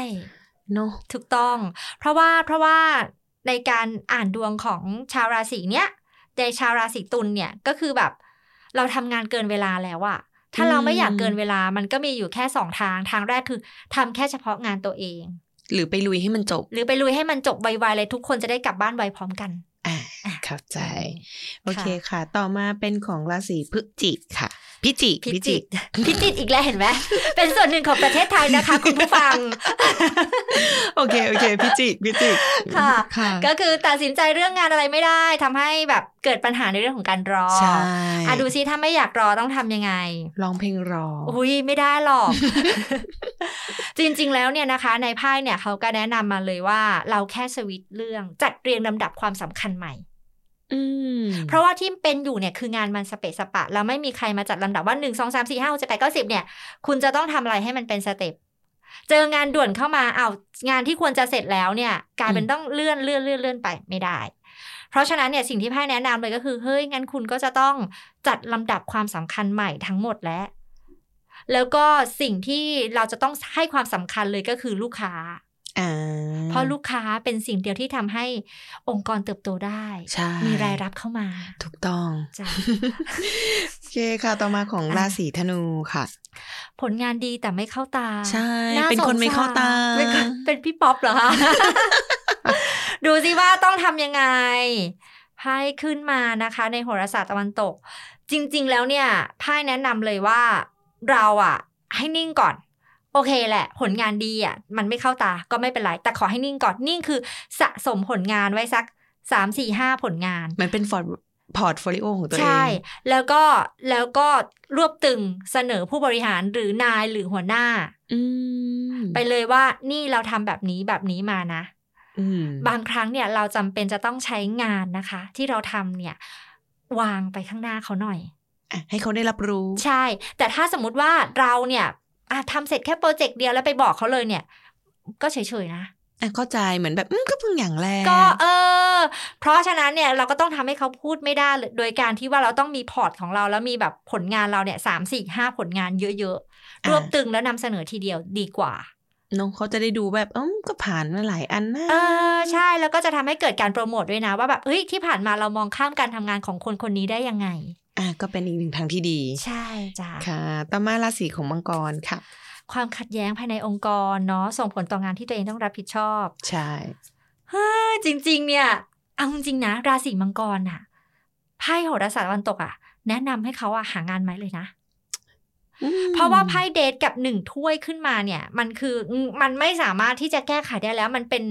Speaker 1: เนาะ
Speaker 2: ถูกต้อง เพราะว่าเพราะว่าในการอ่านดวงของชาวราศีเนี้ยในชาวราศีตุลเนี่ยก็คือแบบ เราทำงานเกินเวลาแล้วอะถ้าเราไม่อยากเกินเวลามันก็มีอยู่แค่สองทางทางแรกคือทำแค่เฉพาะงานตัวเอง
Speaker 1: หรือไปลุยให้มันจบ
Speaker 2: หรือไปลุยให้มันจบไวๆเลยทุกคนจะได้กลับบ้านไวพร้อมกัน
Speaker 1: อ่า
Speaker 2: อ่ะ
Speaker 1: เข้าใจ
Speaker 2: อืม
Speaker 1: โอเคค่ะ ต่อมาเป็นของราศีพฤศจิกค่ะ พิจิก
Speaker 2: พิจิตร *laughs* พิจิตรอีกแล้วเห็นไหมเป็นส่วนหนึ่งของประเทศไทยนะคะ คุณผู้ฟัง
Speaker 1: โอเคโอเค พิจิกพิจิก
Speaker 2: ค่ะ
Speaker 1: ค่ะ
Speaker 2: ก็คือตัดสินใจเรื่องงานอะไรไม่ได้ทำให้แบบเกิดปัญหาในเรื่องของการรอ
Speaker 1: ใช่
Speaker 2: อ่ะดูซิถ้าไม่อยากรอต้องทำยังไง
Speaker 1: ร้องเพลงรอ
Speaker 2: อุ้ยไม่ได้หรอก *laughs* จริงๆแล้วเนี่ยนะคะ ในไพ่เนี่ยเขาก็แนะนำมาเลยว่าเราแค่สวิตช์เรื่องจัดเรียงลำดับความสำคัญใหม่
Speaker 1: อืม
Speaker 2: เพราะว่าที่เป็นอยู่เนี่ยคืองานมันสเปะสปะ เราไม่มีใครมาจัดลำดับว่า 1 2 3 4 5 6 7 8 9 10เนี่ย คุณจะต้องทำอะไรให้มันเป็นสเต็ปเจองานด่วนเข้ามาเอางานที่ควรจะเสร็จแล้วเนี่ยกลายเป็นต้องเลื่อนเลื่อนเลื่อนเลื่อนไปไม่ได้ เพราะฉะนั้นเนี่ยสิ่งที่ไพ่แนะนำเลยก็คือเฮ้ยงั้นคุณก็จะต้องจัดลำดับความสำคัญใหม่ทั้งหมดแล้ว แล้วก็สิ่งที่เราจะต้องให้ความสำคัญเลยก็คือลูกค้า
Speaker 1: อ่า
Speaker 2: เพราะลูกค้าเป็นสิ่งเดียวที่ทำให้องค์กรเติบโตได้
Speaker 1: ใช่
Speaker 2: มีรายรับเข้ามา
Speaker 1: ถูกต้อง
Speaker 2: จ้ะ
Speaker 1: โอเคค่ะ ต่อมาของ
Speaker 2: อ่ะ
Speaker 1: ราศีธนูค่ะ
Speaker 2: ผลงานดีแต่ไม่เข้าตา
Speaker 1: ใช่
Speaker 2: า
Speaker 1: เป็นคนไม่เข้าตา
Speaker 2: สงสรเป็นคนเป็นพี่ป๊อปเหรอคะ
Speaker 1: *laughs*
Speaker 2: ดูสิว่าต้องทำยังไงไพ่ขึ้นมานะคะ ในโหราศาสตร์ตะวันตก จริง ๆ แล้วเนี่ยไพ่แนะนำเลยว่าเราอะให้นิ่งก่อน โอเคแหละ ผลงานดีอะมันไม่เข้าตาก็ไม่เป็นไร แต่ขอให้นิ่งก่อนนิ่งคือสะสมผลงานไว้สักสามสี่ห้าผลงาน
Speaker 1: มันเป็นฟอร์พอร์ตโฟลิโอของตัวเอง
Speaker 2: ใช่ แล้วก็แล้วก็รวบตึงเสนอผู้บริหารหรือนายหรือหัวหน้า
Speaker 1: อืม
Speaker 2: ไปเลยว่านี่เราทำแบบนี้แบบนี้มานะ
Speaker 1: อืม
Speaker 2: บางครั้งเนี่ยเราจำเป็นจะต้องใช้งานนะคะ ที่เราทำเนี่ยวางไปข้างหน้าเขาหน่อย
Speaker 1: อ่ะให้เขาได้รับรู้
Speaker 2: ใช่ แต่ถ้าสมมติว่าเราเนี่ยอ่ะทำเสร็จแค่โปรเจกต์เดียวแล้วไปบอกเขาเลยเนี่ย ก็เฉยๆนะ
Speaker 1: อ่ะเข้าใจเหมือนแบบอืมก็เพิ่งอย่างแรก
Speaker 2: ก็เออ เพราะฉะนั้นเนี่ยเราก็ต้องทำให้เขาพูดไม่ได้เลยโดยการที่ว่าเราต้องมีพอร์ตของเราแล้วมีแบบผลงานเราเนี่ยสามสี่ห้าผลงานเยอะๆ รวบตึงแล้วนำเสนอทีเดียวดีกว่า
Speaker 1: น้องเขาจะได้ดูแบบอืมก็ผ่านมาหลายอันนะ
Speaker 2: เออใช่แล้วก็จะทำให้เกิดการโปรโมทด้วยนะ ว่าแบบเฮ้ยที่ผ่านมาเรามองข้ามการทำงานของคนคนนี้ได้ยังไง
Speaker 1: อ่ะก็เป็นอีกหนึ่งทางที่ดี
Speaker 2: ใช่จ้ะ
Speaker 1: ค่ะ ต่อมาราศีของมังกรค่ะ
Speaker 2: ความขัดแย้งภายในองค์กรเนาะส่งผลต่องานที่ตัวเองต้องรับผิดชอบ
Speaker 1: ใช่
Speaker 2: เออจริงๆ เนี่ยเอาจริงๆนะ ราศีมังกรน่ะไพ่โหราศาสตร์ตะวันตกอ่ะ แนะนำให้เขาอ่ะหางานไหมเลยนะ
Speaker 1: อืม
Speaker 2: เพราะว่าไพ่เดทกับหนึ่งถ้วยขึ้นมาเนี่ย มันคือมันไม่สามารถที่จะแก้ไขได้แล้ว มันเป็น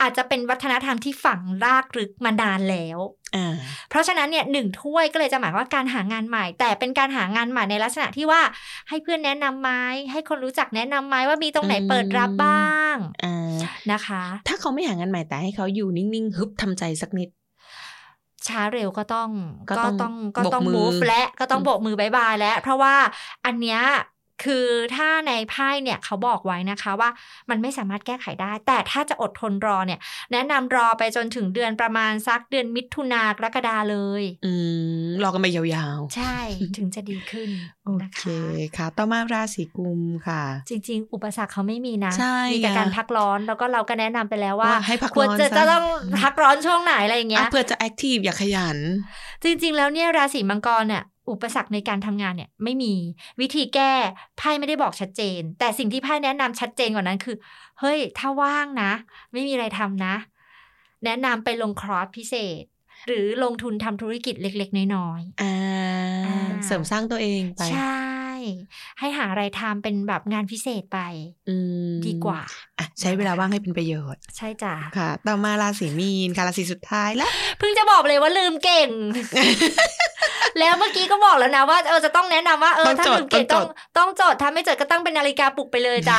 Speaker 2: อาจจะเป็นวัฒนธรรมที่ฝังรากลึกมานานแล้ว
Speaker 1: อ่า
Speaker 2: เพราะฉะนั้นเนี่ยหนึ่งถ้วยก็เลยจะหมายว่าการหางานใหม่ แต่เป็นการหางานใหม่ในลักษณะที่ว่าให้เพื่อนแนะนำไหมให้คนรู้จักแนะนำไหมว่ามีตรงไหนเปิดรับบ้าง
Speaker 1: อ่า
Speaker 2: นะคะ
Speaker 1: ถ้าเขาไม่หางานใหม่แต่ให้เขาอยู่นิ่งๆฮึบทำใจสักนิด
Speaker 2: ช้าเร็วก็ต้อง
Speaker 1: ก็
Speaker 2: ก็
Speaker 1: ต้
Speaker 2: ต้อ
Speaker 1: อง
Speaker 2: งก็ต้อง
Speaker 1: โบกมือ
Speaker 2: move และก็ต้องโบกมือบายบายและ เพราะว่าอันเนี้ย คือถ้าในไพ่เนี่ยเขาบอกไว้นะคะว่ามันไม่สามารถแก้ไขได้ แต่ถ้าจะอดทนรอเนี่ย แนะนำรอไปจนถึงเดือนประมาณสักเดือนมิถุนากรกฎาเลย
Speaker 1: อืมรอกันไปยาว
Speaker 2: ใช่ ถึงจะดีขึ้น
Speaker 1: ๆ โอ
Speaker 2: นะ
Speaker 1: เค
Speaker 2: คะ
Speaker 1: ค่ะ ต่อมาราศีกุมค่ะ
Speaker 2: จริง ๆ อุปสรรคเขาไม่มีนะ
Speaker 1: ใช่
Speaker 2: มีแต่
Speaker 1: ไง
Speaker 2: การพักร้อนแล้วก็เราก็แนะนำไปแล้วว่า
Speaker 1: ให้พัก
Speaker 2: ควร
Speaker 1: ร้อน
Speaker 2: จะ
Speaker 1: ซ
Speaker 2: จะต้องพักร้อนช่วงไหนอะไรอย่างเงี้
Speaker 1: อ่ะ
Speaker 2: ย
Speaker 1: เพื่อจะแอคทีฟอย่าขยัน
Speaker 2: จริงๆ แล้วเนี่ยราศีมังกรเนี่ยอุปสรรคในการทำงานเนี่ยไม่มีวิธีแก้ไพ่ไม่ได้บอกชัดเจน แต่สิ่งที่ไพ่แนะนำชัดเจนกว่านั้นคือ เฮ้ย ถ้าว่างนะ ไม่มีอะไรทำนะ แนะนำไปลงคอร์สพิเศษ หรือลงทุนทำธุรกิจเล็กๆ น้อย
Speaker 1: อ่า
Speaker 2: อ่า
Speaker 1: เสริมสร้างตัวเองไป
Speaker 2: ๆ ใช่ ให้หาอะไรทำเป็นแบบงานพิเศษไป
Speaker 1: อืม
Speaker 2: ดีกว่า
Speaker 1: อ่ะใช้เวลาว่างให้เป็นประโยชน์
Speaker 2: ใช่จ้ะ
Speaker 1: ค่ะ ต่อมาราศีมีนค่ะราศีสุดท้ายแล้ว
Speaker 2: เพิ่งจะบอกเลยว่าลืมเก่ง แล้วเมื่อกี้ก็บอกแล้วนะว่าเออจะต้องแนะนำว่าเออ
Speaker 1: ต้อง
Speaker 2: ถ้า
Speaker 1: จด
Speaker 2: ลืมเกต
Speaker 1: ต้
Speaker 2: ต้
Speaker 1: อ
Speaker 2: อง ง
Speaker 1: จด
Speaker 2: ต้องจดถ้าไม่จดก็ตั้งเป็นนาฬิกาปลุกไปเลย
Speaker 1: *laughs*
Speaker 2: จ้ะ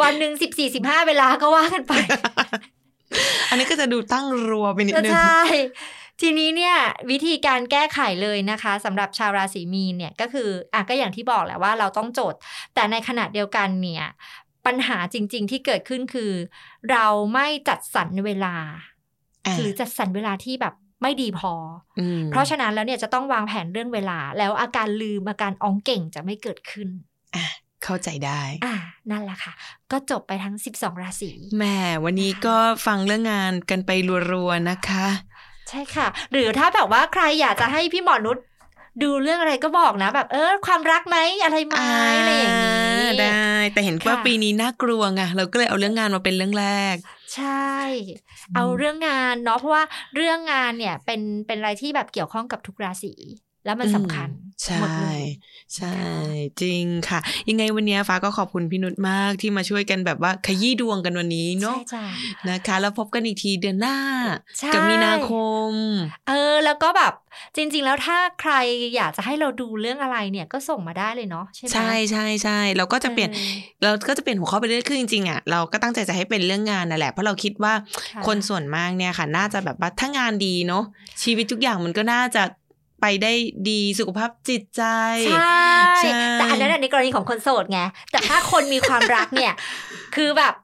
Speaker 2: วันหนึ่งสิบสี่สิบห้าเวลาก็ว่ากันไป
Speaker 1: อันนี้ก็จะดูตั้งรัวไป *laughs* นิด
Speaker 2: ก็
Speaker 1: นึง
Speaker 2: ใช่ ทีนี้เนี่ยวิธีการแก้ไขเลยนะคะสำหรับชาวราศีมีนเนี่ยก็คืออ่ะก็อย่างที่บอกแหละว่าเราต้องจด แต่ในขณะเดียวกันเนี่ยปัญหาจริง ๆ ที่เกิดขึ้นคือ เราไม่จัดสรรเวลา
Speaker 1: อ่ะ
Speaker 2: หรือจัดสรรเวลาที่แบบไม่ดีพอ
Speaker 1: อืม
Speaker 2: เพราะฉะนั้นแล้วเนี่ยจะต้องวางแผนเรื่องเวลา แล้วอาการลืมอาการอองเก่งจะไม่เกิดขึ้น
Speaker 1: เข้าใจได้
Speaker 2: อ่า นั่นแหละค่ะ ก็จบไปทั้ง 12 ราศี
Speaker 1: แหมวันนี้ก็ฟังเรื่องงานกันไปรัวๆนะคะ
Speaker 2: ใช่ค่ะ หรือถ้าแบบว่าใครอยากจะให้พี่หมอนุชดูเรื่องอะไรก็บอกนะ แบบเออความรักไหมอะไรไหมอะไรอย่างนี้
Speaker 1: ได้ แต่เห็นว่า
Speaker 2: ค่ะ
Speaker 1: ปีนี้น่ากลัวไงเราก็เลยเอาเรื่องงานมาเป็นเรื่องแรก
Speaker 2: ใช่ เอาเรื่องงานเนาะเพราะว่าเรื่องงานเนี่ยเป็นเป็นอะไรที่แบบเกี่ยวข้องกับทุกราศีแล้วมันสำคัญ
Speaker 1: อืม
Speaker 2: หมดเล
Speaker 1: ใช่
Speaker 2: ย
Speaker 1: ใช่
Speaker 2: ค่ะ
Speaker 1: จริงค่ะ ยังไงวันนี้ฟ้าก็ขอบคุณพี่นุชมากที่มาช่วยกันแบบว่าขยี้ดวงกันวันนี้เนาะ
Speaker 2: ใช่จ้ะ
Speaker 1: นะคะ แล้วพบกันอีกทีเดือนหน้า
Speaker 2: ใช่
Speaker 1: กับมีนาคม
Speaker 2: เออแล้วก็แบบจริง ๆ แล้วถ้าใครอยากจะให้เราดูเรื่องอะไรเนี่ยก็ส่งมาได้เลยเนาะใช่ไหม
Speaker 1: ใช่ใช่ใช่เราก็จะเปลี่ยน
Speaker 2: ออ
Speaker 1: เราก็จะเปลี่ยนหัวข้อไปเรื่อยคือจริงๆอ่ะเราก็ตั้งใจจะให้เป็นเรื่องงานนั่นแหละเพราะเราคิดว่า
Speaker 2: ะ
Speaker 1: คนส่วนมากเนี่ยค่ะ น่าจะแบบว่าถ้างานดีเนาะชีวิตทุกอย่างมันก็น่าจะไปได้ดีสุขภาพจิตใจ
Speaker 2: ใช่
Speaker 1: ใช่
Speaker 2: แต่อันนั้นนะในกรณีของคนโสดไง แต่ถ้าคนมีความรักเนี่ย คือแบบ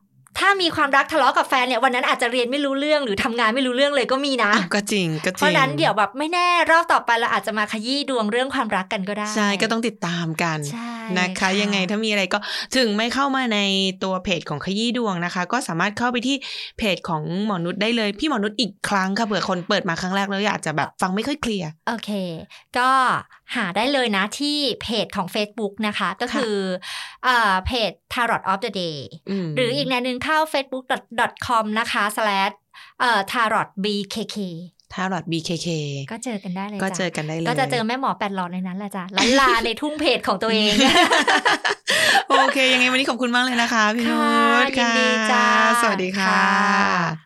Speaker 2: ถ้ามีความรักทะเลาะกับแฟนเนี่ยวันนั้นอาจจะเรียนไม่รู้เรื่องหรือทำงานไม่รู้เรื่องเลยก็มีนะ
Speaker 1: อ่ะก็จริงก็จริง
Speaker 2: เพราะฉะนั้นเดี๋ยวแบบไม่แน่รอบต่อไปเราอาจจะมาขยี้ดวงเรื่องความรักกันก็ได้
Speaker 1: ใช่ก็ต้องติดตามกัน
Speaker 2: ใช่
Speaker 1: นะคะ ยังไงถ้ามีอะไรก็ถึงไม่เข้ามาในตัวเพจของขยี้ดวงนะคะ ก็สามารถเข้าไปที่เพจของหมอนุชได้เลย พี่หมอนุชอีกครั้งค่ะเผื่อคนเปิดมาครั้งแรกแล้วอยากจะแบบฟังไม่ค่อยเคลียร์
Speaker 2: โอเค ก็หาได้เลยนะที่เพจของ Facebook นะคะ ก็
Speaker 1: ค่ะ
Speaker 2: คือเอ่อเพจ Tarot of the Day
Speaker 1: ม
Speaker 2: หรืออีกแนวหนึ่งเข้า facebook.com นะคะ slash เอ่อ tarot bkk
Speaker 1: ถ้าหลอด BKK
Speaker 2: ก็เจอกันได้เลย
Speaker 1: ก็
Speaker 2: จ้ะ
Speaker 1: เจอกันได้เลย
Speaker 2: ก็จะเจอแม่หมอแปดหลอดในนั้นแหละ
Speaker 1: *laughs*
Speaker 2: จ้ะล้านลา ในทุ่งเพจของตัวเอง
Speaker 1: โอเค ยังไงวันนี้ขอบคุณมากเลยนะคะ พี่นุช
Speaker 2: ค่ะยินดีจ้า
Speaker 1: สวัสดีค่ะ
Speaker 2: ค่ะ